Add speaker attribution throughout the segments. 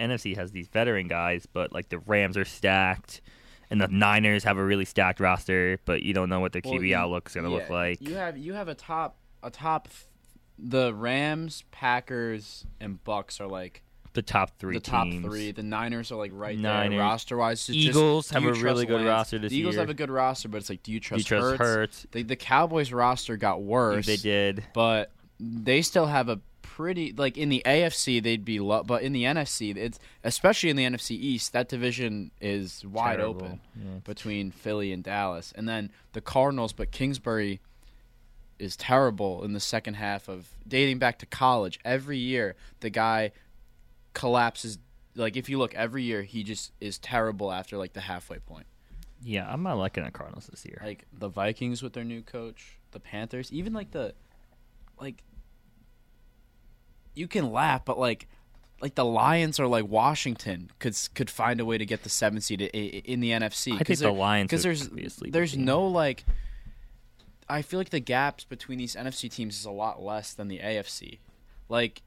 Speaker 1: NFC has these veteran guys, but like the Rams are stacked, and the Niners have a really stacked roster, but you don't know what their
Speaker 2: Well,
Speaker 1: QB
Speaker 2: you-
Speaker 1: outlook's going to look
Speaker 2: yeah,
Speaker 1: like.
Speaker 2: You have you have a top a top f- the Rams, Packers, and Bucks are like
Speaker 1: the top three
Speaker 2: the top
Speaker 1: teams.
Speaker 2: three. The Niners are like right
Speaker 1: Niners.
Speaker 2: there roster wise.
Speaker 1: Eagles have a really good
Speaker 2: Lance?
Speaker 1: roster this
Speaker 2: the Eagles
Speaker 1: year.
Speaker 2: have a good roster, but it's like, do you trust,
Speaker 1: You trust
Speaker 2: Hurts?
Speaker 1: Hurts.
Speaker 2: The, the Cowboys roster got worse.
Speaker 1: They did.
Speaker 2: but they still have a pretty like in the AFC they'd be low, but in the NFC it's especially in the NFC East that division is wide
Speaker 1: Terrible.
Speaker 2: open
Speaker 1: Yeah.
Speaker 2: between Philly and Dallas, and then the Cardinals. But Kingsbury is terrible in the second half of dating back to college. Every year the guy collapses. Like if you look every year, he just is terrible after like the halfway point.
Speaker 1: Yeah, I'm not liking the Cardinals this year.
Speaker 2: Like the Vikings with their new coach, the Panthers, even like the like you can laugh, but like like the Lions or like Washington could s- could find a way to get the seven seed i- i- in the NFC.
Speaker 1: I think the Lions
Speaker 2: because
Speaker 1: would
Speaker 2: there's
Speaker 1: be a sleeper
Speaker 2: there's
Speaker 1: team.
Speaker 2: no like. I feel like the gaps between these NFC teams is a lot less than the AFC. Like,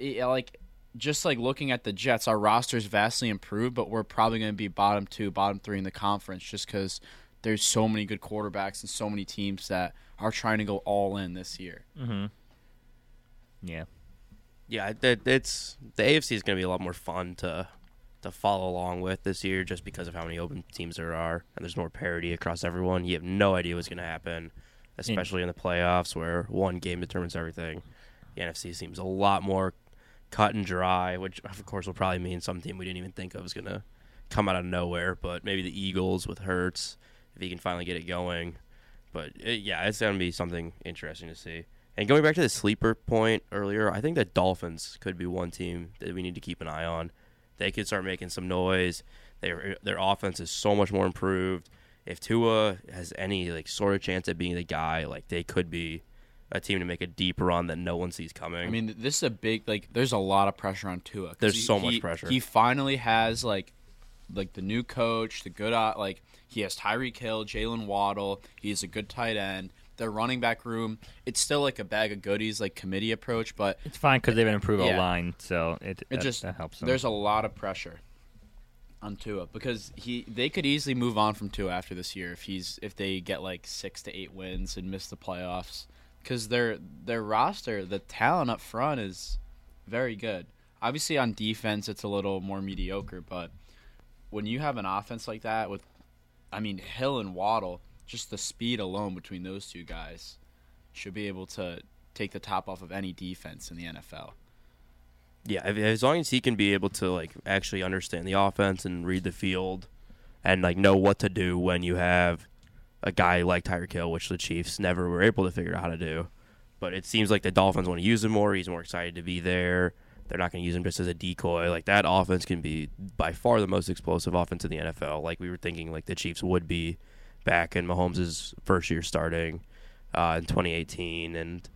Speaker 2: i- like just like looking at the Jets, our roster's vastly improved, but we're probably going to be bottom two, bottom three in the conference just because there's so many good quarterbacks and so many teams that are trying to go all in this year.
Speaker 1: yeah,
Speaker 3: Yeah, that it's the AFC is going to be a lot more fun to to follow along with this year, just because of how many open teams there are, and there's more parity across everyone. You have no idea what's going to happen, especially in the playoffs where one game determines everything. The NFC seems a lot more cut and dry, which of course will probably mean some team we didn't even think of is going to come out of nowhere. But maybe the Eagles with Hurts, if he can finally get it going. But uh, yeah, it's going to be something interesting to see. And going back to the sleeper point earlier, I think that Dolphins could be one team that we need to keep an eye on. They could start making some noise. Their their offense is so much more improved. If Tua has any like sort of chance at being the guy, like they could be a team to make a deep run that no one sees coming.
Speaker 2: I mean, th- this is a big like. There's a lot of pressure on Tua. 'cause
Speaker 3: There's
Speaker 2: he-
Speaker 3: so much
Speaker 2: he-
Speaker 3: pressure.
Speaker 2: He finally has like, like the new coach, the good o- like he has Tyreek Hill, Jalen Waddle. He's a good tight end. Their running back room, it's still like a bag of goodies, like committee approach, but
Speaker 1: it's fine because they've been improved
Speaker 2: Yeah.
Speaker 1: a line, so it,
Speaker 2: it
Speaker 1: that,
Speaker 2: just
Speaker 1: that helps them.
Speaker 2: There's a lot of pressure on Tua because he they could easily move on from Tua after this year if he's if they get like six to eight wins and miss the playoffs because their their roster the talent up front is very good. Obviously on defense it's a little more mediocre, but when you have an offense like that with, I mean Hill and Waddle, just the speed alone between those two guys should be able to take the top off of any defense in the NFL.
Speaker 3: Yeah, if, as long as he can be able to like actually understand the offense and read the field, and like know what to do when you have a guy like Tyreek Hill, which the Chiefs never were able to figure out how to do. But it seems like the Dolphins want to use him more. He's more excited to be there. They're not going to use him just as a decoy. Like that offense can be by far the most explosive offense in the NFL. Like we were thinking, like the Chiefs would be back in Mahomes' first year starting uh, in 2018, and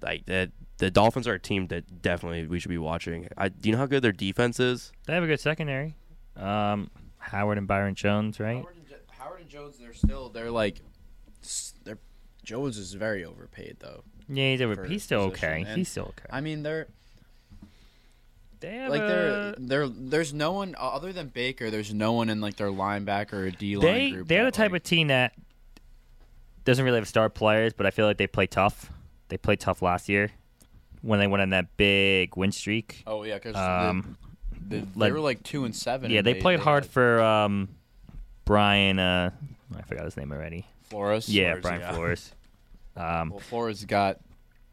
Speaker 3: like that the Dolphins are a team that definitely we should be watching. I, do you know how good their defense is?
Speaker 1: they have a good secondary. Um, Howard and Byron Jones, right?
Speaker 2: Howard and, Jo- Howard and Jones, they're still they're like, s- they're Jones is very overpaid though.
Speaker 1: Yeah, he's,
Speaker 2: for
Speaker 1: over, he's still
Speaker 2: position,
Speaker 1: okay.
Speaker 2: and-
Speaker 1: He's still okay.
Speaker 2: I mean they're
Speaker 1: they have
Speaker 2: like they're
Speaker 1: a-
Speaker 2: they're there's no one other than Baker. There's no one in like their linebacker or D line
Speaker 1: they
Speaker 2: group.
Speaker 1: they're the
Speaker 2: that,
Speaker 1: type
Speaker 2: like-
Speaker 1: of team that doesn't really have star players, but I feel like they play tough. They played tough last year when they went on that big win streak.
Speaker 2: Oh yeah, because
Speaker 1: Um,
Speaker 2: they,
Speaker 1: like-
Speaker 2: were like two and seven.
Speaker 1: yeah,
Speaker 2: and
Speaker 1: they, played hard
Speaker 2: had
Speaker 1: for um, Brian. Uh, I forgot his name already.
Speaker 2: Flores.
Speaker 1: Yeah,
Speaker 3: Flores,
Speaker 1: Brian
Speaker 3: yeah.
Speaker 1: Flores. Um,
Speaker 2: well, Flores got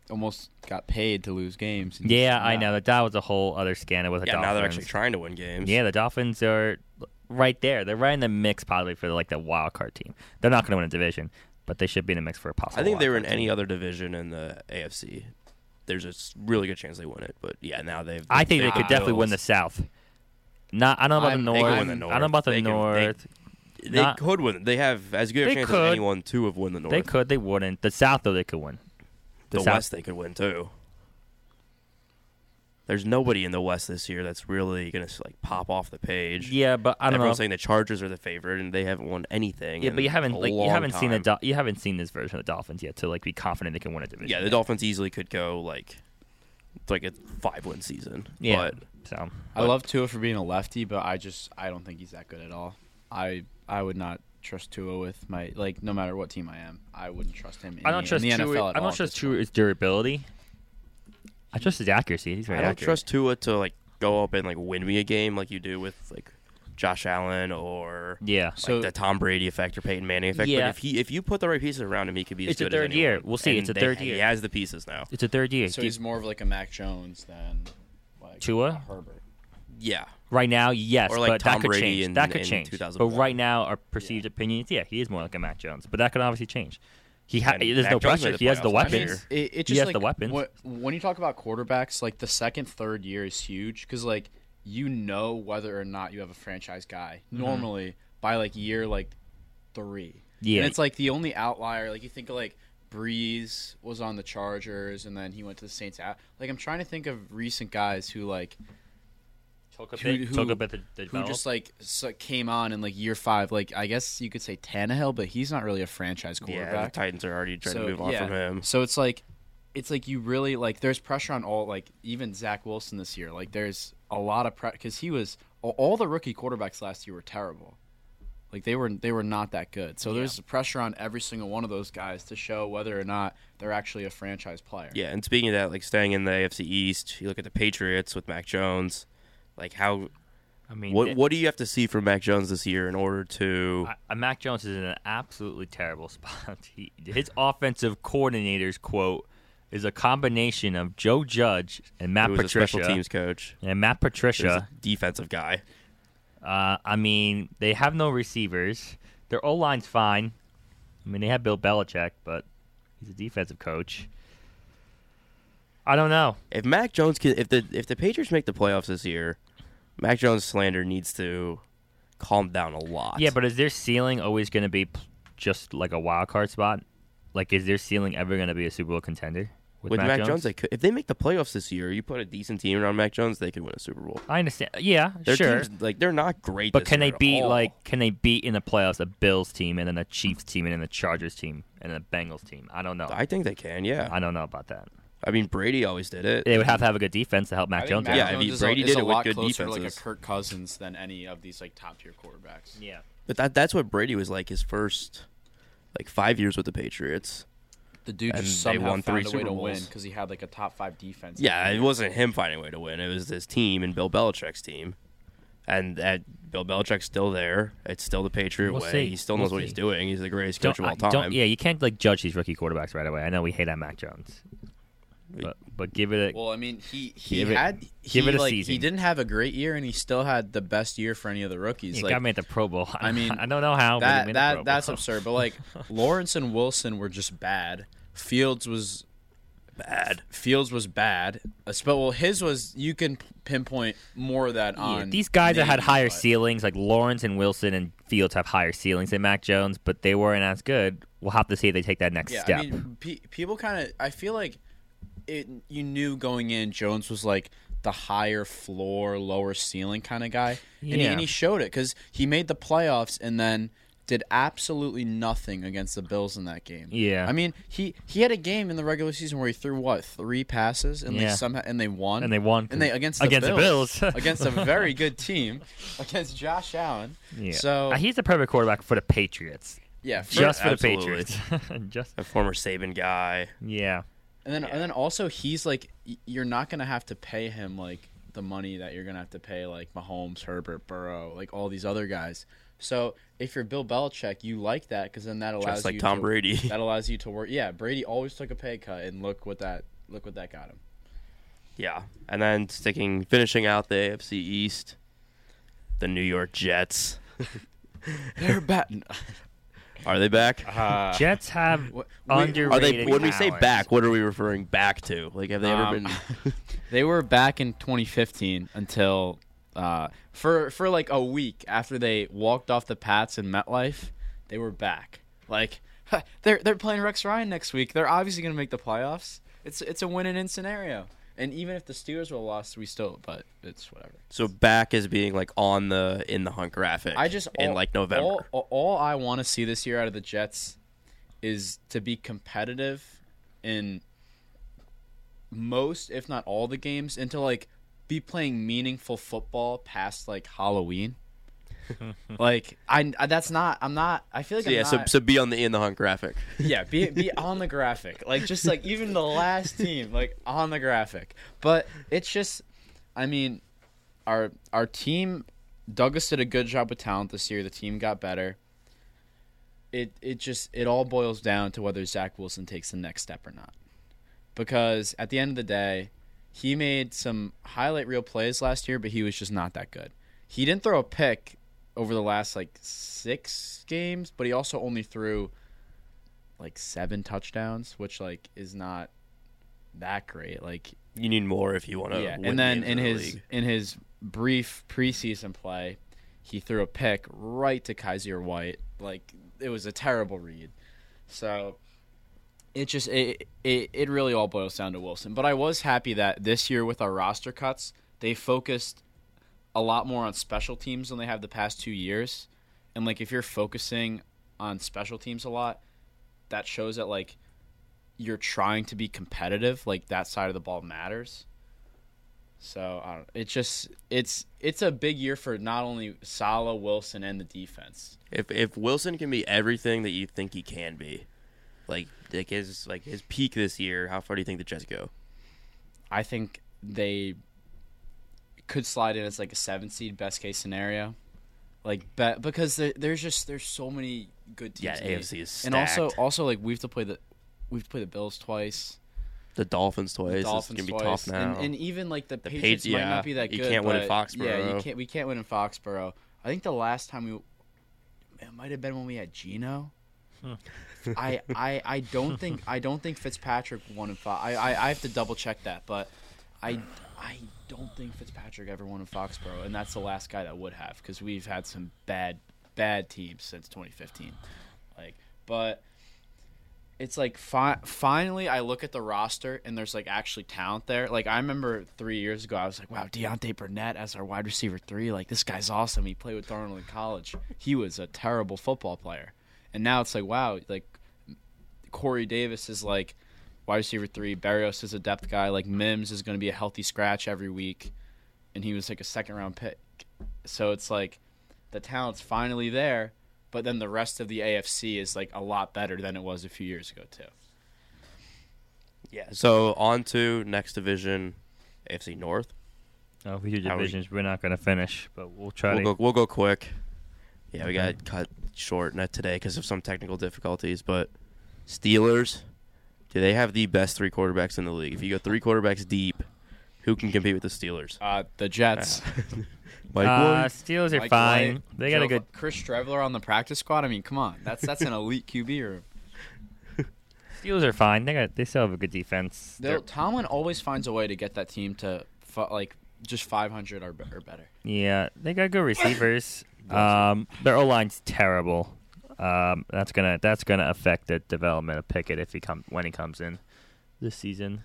Speaker 2: almost got paid to lose games. and
Speaker 1: yeah,
Speaker 2: he's
Speaker 1: I
Speaker 2: not.
Speaker 1: know that that was a whole other scandal with the
Speaker 3: Yeah,
Speaker 1: Dolphins.
Speaker 3: now they're actually trying to win games.
Speaker 1: Yeah, the Dolphins are right there. They're right in the mix, probably for like the wild card team. They're not going to win a division, but they should be in the mix for a possible.
Speaker 3: I think if they were in
Speaker 1: wild card
Speaker 3: any
Speaker 1: team.
Speaker 3: other division in the AFC. There's a s- really good chance they win it, but yeah, now they've.
Speaker 1: I think they
Speaker 3: they've
Speaker 1: could definitely win the
Speaker 3: Bills.
Speaker 1: South. Not, I don't know about
Speaker 2: I'm-
Speaker 1: the
Speaker 2: they could
Speaker 1: north.
Speaker 2: win the
Speaker 1: I don't know about the
Speaker 3: North. They could- they-
Speaker 1: north.
Speaker 3: They
Speaker 1: Not-
Speaker 3: could win. They have as good a
Speaker 1: They
Speaker 3: chance
Speaker 1: could.
Speaker 3: as anyone to have won the North.
Speaker 1: They could, they wouldn't. The South though, they could win.
Speaker 3: The,
Speaker 1: the South-
Speaker 3: West they could win too. There's nobody in the West this year that's really gonna s- like pop off the page.
Speaker 1: Yeah, but I don't
Speaker 3: Everyone's
Speaker 1: know.
Speaker 3: saying the Chargers are the favorite and they haven't won anything.
Speaker 1: Yeah,
Speaker 3: in
Speaker 1: but you haven't
Speaker 3: a
Speaker 1: like you
Speaker 3: long
Speaker 1: haven't seen the
Speaker 3: time.
Speaker 1: Dol- you haven't seen this version of the Dolphins yet to like be confident they can win a division.
Speaker 3: Yeah, the Dolphins easily could go like It's like a five win season.
Speaker 1: Yeah.
Speaker 3: But
Speaker 1: so
Speaker 2: I love Tua for being a lefty, but I just I don't think he's that good at all. I I would not trust Tua with my like no matter what team I am, I wouldn't trust him. In
Speaker 1: I don't
Speaker 2: the,
Speaker 1: trust
Speaker 2: in the
Speaker 1: Tua.
Speaker 2: NFL at
Speaker 1: I
Speaker 2: all
Speaker 1: don't
Speaker 2: at
Speaker 1: trust
Speaker 2: this
Speaker 1: Tua his durability. I trust his accuracy. He's very
Speaker 3: I don't
Speaker 1: accurate.
Speaker 3: trust Tua to like go up and like win me a game like you do with like Josh Allen or
Speaker 1: Yeah.
Speaker 3: like
Speaker 2: So-
Speaker 3: the Tom Brady effect or Peyton Manning effect.
Speaker 1: Yeah.
Speaker 3: But if he if you put the right pieces around him, he could be as
Speaker 1: It's a
Speaker 3: good
Speaker 1: third
Speaker 3: as
Speaker 1: year.
Speaker 3: anyone.
Speaker 1: We'll see.
Speaker 3: And
Speaker 1: It's a
Speaker 3: they-
Speaker 1: third
Speaker 3: He
Speaker 1: year.
Speaker 3: point. has the pieces now.
Speaker 1: It's a third year.
Speaker 2: So
Speaker 1: Give-
Speaker 2: he's more of like a Mac Jones than like
Speaker 1: Tua?
Speaker 2: a Herbert.
Speaker 3: Yeah.
Speaker 1: right now, yes,
Speaker 3: Or like
Speaker 1: but
Speaker 3: Tom
Speaker 1: that could
Speaker 3: Brady
Speaker 1: change.
Speaker 3: in-
Speaker 1: that could
Speaker 3: in
Speaker 1: change. But
Speaker 3: 2001.
Speaker 1: right now, our perceived opinions, yeah, he is more like a Mac Jones, but that could obviously change. He ha-
Speaker 3: And
Speaker 1: there's no
Speaker 3: Mac Jones
Speaker 1: pressure.
Speaker 3: made the
Speaker 1: He has the
Speaker 3: playoffs last
Speaker 1: weapons.
Speaker 3: year.
Speaker 2: It, it
Speaker 1: He
Speaker 2: just
Speaker 1: has
Speaker 2: like,
Speaker 1: the weapons.
Speaker 2: wh- when you talk about quarterbacks, like the second, third year is huge because like you know whether or not you have a franchise guy
Speaker 1: Mm-hmm.
Speaker 2: normally by like year like three.
Speaker 1: Yeah.
Speaker 2: and it's like the only outlier. Like you think of like Breeze was on the Chargers and then he went to the Saints. Out like I'm trying to think of recent guys who like
Speaker 1: Took a
Speaker 2: who-
Speaker 1: bit-
Speaker 2: who-
Speaker 1: took a bit the, the
Speaker 2: who
Speaker 1: bell.
Speaker 2: just like so came on in like year five. Like I guess you could say Tannehill, but he's not really a franchise quarterback.
Speaker 3: Yeah. The Titans are already trying to move on from him.
Speaker 2: So it's like, it's like you really like. There's pressure on all like even Zach Wilson this year. Like there's a lot of pressure because he was all- all the rookie quarterbacks last year were terrible. Like they were they were not that good. So there's pressure on every single one of those guys to show whether or not they're actually a franchise player.
Speaker 3: Yeah, and speaking of that, like staying in the AFC East, you look at the Patriots with Mac Jones. Like how
Speaker 1: I mean,
Speaker 3: what
Speaker 1: it-
Speaker 3: what do you have to see from Mac Jones this year in order to
Speaker 1: I- I- Mac Jones is in an absolutely terrible spot. He, his offensive coordinator's quote is a combination of Joe Judge and Matt
Speaker 3: who was a
Speaker 1: Patricia.
Speaker 3: special teams coach?
Speaker 1: And Matt
Speaker 3: There's
Speaker 1: Patricia.
Speaker 3: a defensive guy.
Speaker 1: Uh, I mean, they have no receivers. Their O line's fine. I mean, they have Bill Belichick, but he's a defensive coach. I don't know.
Speaker 3: If Mac Jones can, if the if the Patriots make the playoffs this year, Mac Jones slander needs to calm down a lot.
Speaker 1: Yeah, but is their ceiling always going to be p- just like a wild card spot? Like, is their ceiling ever going to be a Super Bowl contender
Speaker 3: with, Mac, Jones, they could, if they make the playoffs this year, you put a decent team around Mac Jones, they could win a Super Bowl.
Speaker 1: I understand. Yeah,
Speaker 3: Their
Speaker 1: sure.
Speaker 3: teams, like they're not great,
Speaker 1: But
Speaker 3: this
Speaker 1: can
Speaker 3: year
Speaker 1: they
Speaker 3: at
Speaker 1: beat
Speaker 3: all.
Speaker 1: like can they beat in the playoffs a Bills team and then a Chiefs team and then a Chargers team and then a Bengals team? I don't know. I,
Speaker 3: I think they can. Yeah,
Speaker 1: don't know about that.
Speaker 3: I mean Brady always did it.
Speaker 1: They would have to have a good defense to help
Speaker 2: I
Speaker 1: Mac
Speaker 2: think
Speaker 1: Jones.
Speaker 2: Mac
Speaker 1: out.
Speaker 3: Yeah, I
Speaker 2: Jones
Speaker 3: mean,
Speaker 2: is a-
Speaker 3: Brady
Speaker 2: is
Speaker 3: did
Speaker 2: a
Speaker 3: it with
Speaker 2: lot
Speaker 3: good
Speaker 2: closer to like a
Speaker 3: defenses.
Speaker 2: Kirk Cousins than any of these like top tier quarterbacks.
Speaker 1: yeah.
Speaker 3: But that that's what Brady was like his first like five years with the Patriots.
Speaker 2: The dude
Speaker 3: And
Speaker 2: just
Speaker 3: they
Speaker 2: somehow
Speaker 3: won three
Speaker 2: found a way
Speaker 3: Super
Speaker 2: to win
Speaker 3: Bowls.
Speaker 2: because he had like a top five defense.
Speaker 3: Yeah, it wasn't him finding a way to win. It was his team and Bill Belichick's team. And that Bill Belichick's still there. It's still the Patriot
Speaker 1: We'll
Speaker 3: way.
Speaker 1: see.
Speaker 3: He still
Speaker 1: We'll
Speaker 3: knows what
Speaker 1: see.
Speaker 3: he's doing. He's the greatest
Speaker 1: Don't-
Speaker 3: coach of all
Speaker 1: I-
Speaker 3: time.
Speaker 1: don't- yeah, you can't like judge these rookie quarterbacks right away. I know we hate on Mac Jones, but but give it a
Speaker 2: Well, I mean, he he
Speaker 1: Give it-
Speaker 2: had
Speaker 1: give
Speaker 2: he,
Speaker 1: it a
Speaker 2: like,
Speaker 1: season.
Speaker 2: He didn't have a great year, and he still had the best year for any of the rookies.
Speaker 1: you
Speaker 2: like
Speaker 1: got me at the Pro Bowl.
Speaker 2: I mean,
Speaker 1: I don't know how. but he
Speaker 2: that
Speaker 1: made the Pro
Speaker 2: that that's
Speaker 1: Bowl.
Speaker 2: absurd. But like Lawrence and Wilson were just bad. Fields was
Speaker 3: bad.
Speaker 2: Fields was bad. Uh, But well, his was you can p- pinpoint more of that
Speaker 1: Yeah,
Speaker 2: on
Speaker 1: these guys that had
Speaker 2: Navy,
Speaker 1: higher
Speaker 2: but-
Speaker 1: ceilings, like Lawrence and Wilson and Fields, have higher ceilings than Mac Jones, but they weren't as good. We'll have to see if they take that next
Speaker 2: Yeah,
Speaker 1: step.
Speaker 2: I mean, pe- people kind of. I feel like it. You knew going in, Jones was like the higher floor, lower ceiling kind of guy, and, he,
Speaker 1: Yeah.
Speaker 2: and he showed it because he made the playoffs and then did absolutely nothing against the Bills in that game.
Speaker 1: Yeah.
Speaker 2: I mean, he he had a game in the regular season where he threw what three passes and
Speaker 1: Yeah.
Speaker 2: they somehow and they won
Speaker 1: And they won
Speaker 2: and they against the
Speaker 1: against the
Speaker 2: Bills,
Speaker 1: Bills.
Speaker 2: against a very good team against Josh Allen.
Speaker 1: yeah.
Speaker 2: So
Speaker 1: Uh, he's the perfect quarterback for the Patriots,
Speaker 2: yeah, for-
Speaker 1: just for
Speaker 3: absolutely.
Speaker 1: the Patriots. just
Speaker 3: A former Saban guy.
Speaker 1: yeah,
Speaker 2: And then and then also he's like y- you're not gonna have to pay him like the money that you're gonna have to pay like Mahomes, Herbert, Burrow, like all these other guys. So if you're Bill Belichick, you like that because then that allows
Speaker 3: Just like
Speaker 2: you
Speaker 3: Tom
Speaker 2: to,
Speaker 3: Brady.
Speaker 2: That allows you to work. Yeah, Brady always took a pay cut, and look what that look what that got him.
Speaker 3: yeah. And then sticking finishing out the AFC East, the New York Jets.
Speaker 2: They're batting.
Speaker 3: Are they back?
Speaker 2: Uh,
Speaker 1: Jets have
Speaker 2: what- we- are
Speaker 1: underrated.
Speaker 3: Are they when we say
Speaker 1: talent.
Speaker 3: back, what are we referring back to? Like have they ever
Speaker 2: Um,
Speaker 3: been
Speaker 2: they were back in 2015 until uh, for for like a week after they walked off the Pats in MetLife, they were back. Like they're they're playing Rex Ryan next week. They're obviously going to make the playoffs. It's it's a win and in scenario. And even if the Steelers were lost, we still. But it's whatever.
Speaker 3: So back as being like on the in the hunt graphic.
Speaker 2: I just
Speaker 3: in
Speaker 2: all-
Speaker 3: like November.
Speaker 2: All, all I want to see this year out of the Jets is to be competitive in most, if not all, the games into like be playing meaningful football past like Halloween. like I, I- that's not. I'm not. I feel like
Speaker 3: So,
Speaker 2: I'm
Speaker 3: yeah, so,
Speaker 2: not-
Speaker 3: so be on the in the hunt graphic.
Speaker 2: yeah, be be on the graphic. Like just like even the last team, like on the graphic. But it's just I mean, our our team Douglas did a good job with talent this year. The team got better. It it just it all boils down to whether Zach Wilson takes the next step or not. Because at the end of the day, he made some highlight reel plays last year, but he was just not that good. He didn't throw a pick over the last like six games, but he also only threw like seven touchdowns, which like is not that great. Like
Speaker 3: You need more if you want to.
Speaker 2: yeah, and then in his in his brief preseason play, he threw a pick right to Kaiser White. Like it was a terrible read. So it just it, it it really all boils down to Wilson. But I was happy that this year with our roster cuts, they focused a lot more on special teams than they have the past two years. And like if you're focusing on special teams a lot, that shows that like you're trying to be competitive. Like that side of the ball matters. So I don't, it's just it's it's a big year for not only Sala, Wilson, and the defense.
Speaker 3: if if Wilson can be everything that you think he can be, like like his like his peak this year, how far do you think the Jets go?
Speaker 2: I think they could slide in as like a seven seed, best case scenario. Like bet because there, there's just there's so many good teams.
Speaker 3: Yeah,
Speaker 2: in the league.
Speaker 3: AFC is
Speaker 2: and also
Speaker 3: stacked.
Speaker 2: also like we have to play the we have to play the Bills twice,
Speaker 3: The Dolphins
Speaker 2: the
Speaker 3: twice.
Speaker 2: Dolphins
Speaker 3: it's gonna be
Speaker 2: twice,
Speaker 3: tough now.
Speaker 2: And, and even like the,
Speaker 3: Patri-
Speaker 2: Patriots might
Speaker 3: yeah,
Speaker 2: not be that
Speaker 3: you
Speaker 2: good.
Speaker 3: can't win in
Speaker 2: but- Yeah, you
Speaker 3: Foxborough.
Speaker 2: can't. We can't win in Foxborough. I think the last time we it might have been when we had Gino. I, I I don't think I don't think Fitzpatrick won in Fox. I, I, I have to double check that, but I I don't think Fitzpatrick ever won in Foxborough, and that's the last guy that would have because we've had some bad bad teams since 2015. Like, but it's like fi- finally I look at the roster and there's like actually talent there. Like I remember three years ago I was like, wow, Deontay Burnett as our wide receiver three, like this guy's awesome. He played with Darnold in college. He was a terrible football player, and now it's like wow, like Corey Davis is like wide receiver three. Barrios is a depth guy. Like Mims is going to be a healthy scratch every week, and he was like a second round pick. So it's like the talent's finally there, but then the rest of the AFC is like a lot better than it was a few years ago too.
Speaker 3: yeah. So on to next division, AFC North.
Speaker 1: No, if we do
Speaker 3: How we-
Speaker 1: oh, divisions, we're not going to finish, but we'll try
Speaker 3: We'll
Speaker 1: to.
Speaker 3: go. We'll go quick. Yeah, we got cut short not today because of some technical difficulties. But Steelers, do they have the best three quarterbacks in the league? If you go three quarterbacks deep, who can compete with the Steelers?
Speaker 2: Uh, the Jets.
Speaker 3: Mike
Speaker 1: uh,
Speaker 3: Williams.
Speaker 1: Steelers are
Speaker 2: Mike
Speaker 1: fine.
Speaker 2: White,
Speaker 1: they got
Speaker 2: Joe
Speaker 1: a good.
Speaker 2: Fl- Chris Streveler on the practice squad. I mean, come on, that's that's an elite QB room.
Speaker 1: Steelers are fine. They got. They still have a good defense.
Speaker 2: They'll-
Speaker 1: They're,
Speaker 2: Tomlin always finds a way to get that team to fi- like just 500 or, be- or better.
Speaker 1: yeah, they got good receivers. um, their O line's terrible. Um, that's gonna that's gonna affect the development of Pickett if he come when he comes in this season.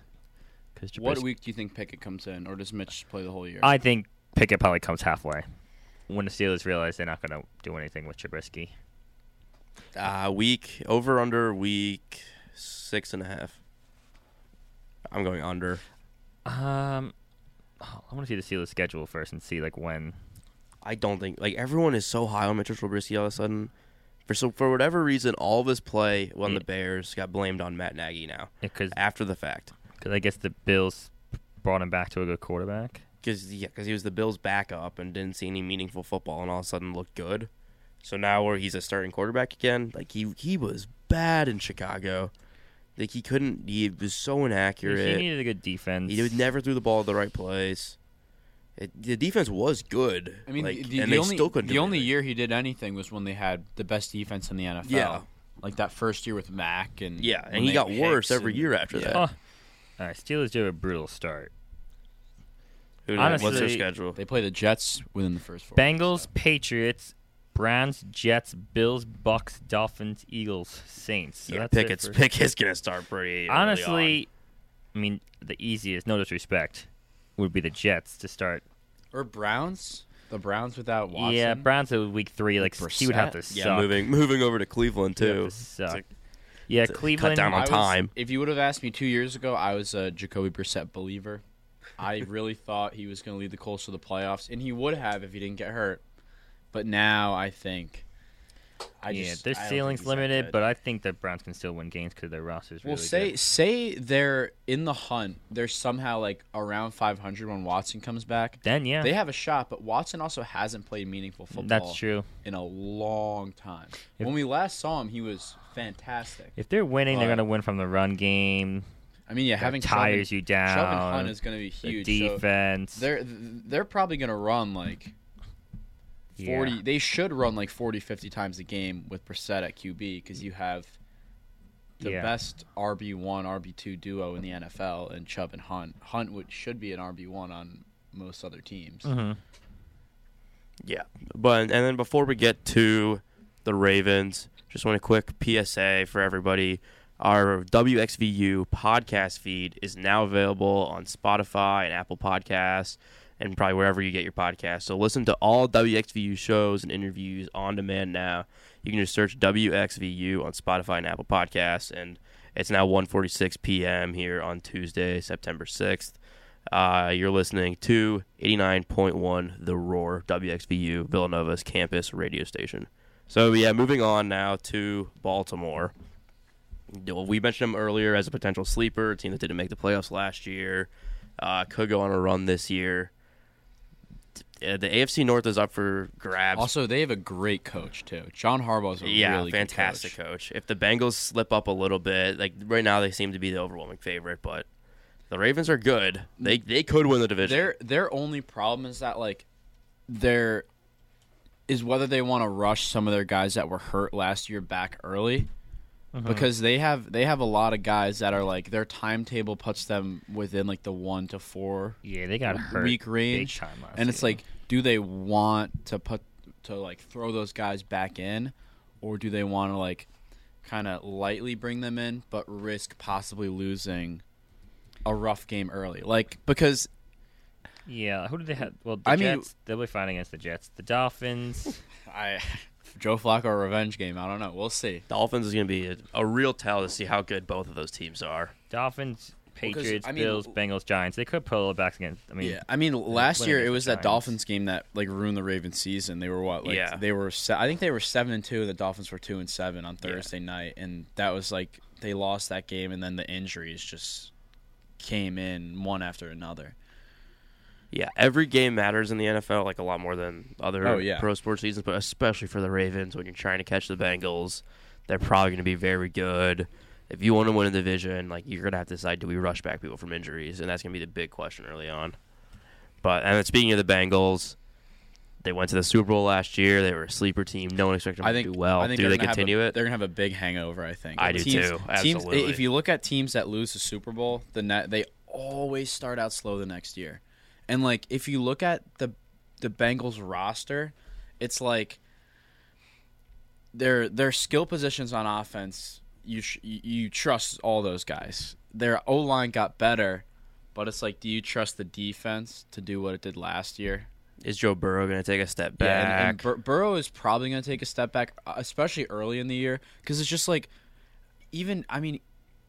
Speaker 1: Because
Speaker 2: What week do you think Pickett comes in, or does Mitch play the whole year?
Speaker 1: I think Pickett probably comes halfway when the Steelers realize they're not gonna do anything with Trubisky.
Speaker 3: Uh, week over under week six and a half. I'm going under.
Speaker 1: Um, I want to see the Steelers schedule first and see like when.
Speaker 3: I don't think like everyone is so high on Mitchell Trubisky all of a sudden. For so for whatever reason, all of his play when the
Speaker 1: Yeah.
Speaker 3: Bears got blamed on Matt Nagy now
Speaker 1: Because
Speaker 3: after the fact
Speaker 1: I guess the Bills brought him back to a good quarterback.
Speaker 3: because yeah, 'cause he was the Bills' backup and didn't see any meaningful football and all of a sudden looked good. So now where he's a starting quarterback again, like he he was bad in Chicago, like he couldn't he was so
Speaker 1: He
Speaker 3: inaccurate.
Speaker 1: needed a good defense.
Speaker 3: He would never threw the ball at the right place. It, the defense was good.
Speaker 2: I mean,
Speaker 3: like,
Speaker 2: the,
Speaker 3: and
Speaker 2: the
Speaker 3: they
Speaker 2: only
Speaker 3: still couldn't
Speaker 2: the
Speaker 3: do
Speaker 2: only
Speaker 3: anything.
Speaker 2: year he did anything was when they had the best defense in the NFL.
Speaker 3: Yeah.
Speaker 2: like that first year with Mac and
Speaker 3: Yeah,
Speaker 2: when
Speaker 3: and he
Speaker 2: they
Speaker 3: got
Speaker 2: had
Speaker 3: worse
Speaker 2: Hicks
Speaker 3: every
Speaker 2: and-
Speaker 3: year after
Speaker 2: yeah.
Speaker 3: that.
Speaker 1: Huh. All right, Steelers do a brutal start.
Speaker 3: Who knows? What's their
Speaker 1: honestly,
Speaker 3: schedule?
Speaker 2: They play the Jets within the first four.
Speaker 1: Bengals, Patriots, Browns, Jets, Bills, Bucks, Dolphins, Eagles, Saints. So
Speaker 3: yeah,
Speaker 1: that's their
Speaker 3: Pickett's
Speaker 1: first-
Speaker 3: Pickett's gonna start pretty. early
Speaker 1: Honestly, I mean the easiest, no disrespect, would be the Jets to start.
Speaker 2: or Browns. The Browns without Watson.
Speaker 1: Yeah, Browns at week three, like he would have to
Speaker 2: Brissett?
Speaker 1: suck.
Speaker 3: on. yeah, moving moving over to Cleveland
Speaker 1: He would have
Speaker 3: too.
Speaker 1: to suck.
Speaker 3: like-
Speaker 1: Yeah,
Speaker 3: cut
Speaker 1: Cleveland.
Speaker 3: down on-
Speaker 2: I was-
Speaker 3: time.
Speaker 2: if you would have asked me two years ago, I was a Jacoby Brissett believer. I really thought he was going to lead the Colts to the playoffs, and he would have if he didn't get hurt. But now I think, I
Speaker 1: yeah,
Speaker 2: just,
Speaker 1: their
Speaker 2: I don't think
Speaker 1: ceiling's
Speaker 2: he's that
Speaker 1: limited,
Speaker 2: good.
Speaker 1: but I think the Browns can still win games because their roster's really
Speaker 2: well, say
Speaker 1: good.
Speaker 2: say they're in the hunt. They're somehow like around 500 when Watson comes back.
Speaker 1: Then yeah,
Speaker 2: They have a shot, but Watson also hasn't played meaningful football.
Speaker 1: that's true.
Speaker 2: in a long time.
Speaker 1: If-
Speaker 2: when we last saw him, he was fantastic.
Speaker 1: If they're winning, they're
Speaker 2: But-
Speaker 1: gonna win from the run game.
Speaker 2: I mean, yeah,
Speaker 1: That
Speaker 2: having
Speaker 1: tires
Speaker 2: Chubb
Speaker 1: you
Speaker 2: and, Chubb and Hunt
Speaker 1: down.
Speaker 2: is going to be
Speaker 1: The
Speaker 2: huge. so
Speaker 1: defense.
Speaker 2: they're they're probably going to run like
Speaker 1: yeah.
Speaker 2: 40 they should run like 40 50 times a game with Brissett at QB cuz you have the
Speaker 1: Yeah.
Speaker 2: best RB1 RB2 duo in the NFL and Chubb and Hunt. Hunt would, should be an RB1 on most other teams.
Speaker 1: Mhm.
Speaker 3: Yeah, but and then before we get to the Ravens, just want a quick PSA for everybody. Our WXVU podcast feed is now available on Spotify and Apple Podcasts and probably wherever you get your podcasts. So listen to all WXVU shows and interviews on demand now. You can just search WXVU on Spotify and Apple Podcasts and it's now 1:46 p.m. here on Tuesday, September 6th. Uh, you're listening to 89.1 The Roar, WXVU, Villanova's campus radio station. So, yeah, moving on now to Baltimore. We mentioned them earlier as a potential sleeper, a team that didn't make the playoffs last year, uh, could go on a run this year. Uh, The AFC North is up for grabs.
Speaker 2: Also, they have a great coach too. John Harbaugh's a
Speaker 3: yeah,
Speaker 2: really good
Speaker 3: fantastic
Speaker 2: coach.
Speaker 3: coach. If the Bengals slip up a little bit, like right now they seem to be the overwhelming favorite, but the Ravens are good. They they could win the division.
Speaker 2: Their their only problem is that like there is whether they want to rush some of their guys that were hurt last year back early because they have they have a lot of guys that are like their timetable puts them within like the 1 to 4
Speaker 1: Yeah, they got hurt
Speaker 2: week
Speaker 1: big
Speaker 2: range
Speaker 1: time last
Speaker 2: and it's
Speaker 1: year.
Speaker 2: like do they want to put to like throw those guys back in or do they want to like kind of lightly bring them in but risk possibly losing a rough game early like because
Speaker 1: yeah. Who did they have? Well, the
Speaker 2: I mean-
Speaker 1: Jets. they'll be fighting against the Jets, the Dolphins.
Speaker 2: I Joe Flacco revenge game. I don't know. We'll see.
Speaker 3: Dolphins is going to be a, a real tell to see how good both of those teams are.
Speaker 1: Dolphins,
Speaker 2: Well, 'cause,
Speaker 1: Patriots,
Speaker 2: I mean,
Speaker 1: Bills,
Speaker 2: l-
Speaker 1: Bengals, Giants. They could pull it back against. I mean,
Speaker 2: Yeah, I mean, last
Speaker 1: winning
Speaker 2: year it
Speaker 1: against
Speaker 2: was
Speaker 1: the
Speaker 2: that
Speaker 1: Giants.
Speaker 2: Dolphins game that like ruined the Ravens' season. They were what? Like,
Speaker 3: Yeah.
Speaker 2: they were. Se- I think they were seven and two. and The Dolphins were two and seven on Thursday night, and that was like they lost that game, and then the injuries just came in one after another.
Speaker 3: Yeah, every game matters in the NFL, like a lot more than other
Speaker 2: Oh, yeah.
Speaker 3: pro sports seasons, but especially for the Ravens when you're trying to catch the Bengals, they're probably going to be very good. If you want to win a division, like you're going to have to decide do we rush back people from injuries, and that's going to be the big question early on. But and then speaking of the Bengals, they went to the Super Bowl last year. They were a sleeper team. No one expected them
Speaker 2: I think.
Speaker 3: to do well.
Speaker 2: I think
Speaker 3: do
Speaker 2: they're
Speaker 3: they
Speaker 2: gonna have a-
Speaker 3: continue it?
Speaker 2: They're gonna have a big hangover. I think.
Speaker 3: I
Speaker 2: Like,
Speaker 3: do
Speaker 2: teams,
Speaker 3: too,
Speaker 2: Teams.
Speaker 3: absolutely.
Speaker 2: If you look at teams that lose the Super Bowl, the net they always start out slow the next year, and like if you look at the the Bengals roster, it's like their their skill positions on offense. You sh- you you trust all those guys. Their O line got better, but it's like, do you trust the defense to do what it did last year?
Speaker 3: Is Joe Burrow going to take a step back?
Speaker 2: Yeah, and, and Bur- Burrow is probably going to take a step back, uh, especially early in the year, because it's just like, even I mean,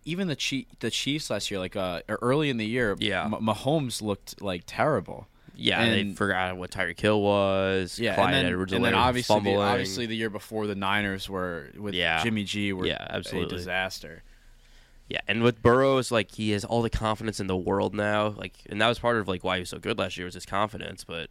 Speaker 2: even the Chief, the Chiefs last year, like uh, or early in the year,
Speaker 3: Yeah.
Speaker 2: M- Mahomes looked like terrible.
Speaker 3: Yeah, they
Speaker 2: And-
Speaker 3: forgot what Tyreek Hill was.
Speaker 2: Yeah,
Speaker 3: Clyde
Speaker 2: and then,
Speaker 3: edwards
Speaker 2: and then obviously, the,
Speaker 3: fumbling.
Speaker 2: obviously the year before the Niners were with
Speaker 3: Yeah.
Speaker 2: Jimmy G were
Speaker 3: Yeah,
Speaker 2: a
Speaker 3: absolutely.
Speaker 2: disaster.
Speaker 3: yeah, and with Burrows, like he has all the confidence in the world now. Like, and that was part of like why he was so good last year was his confidence. But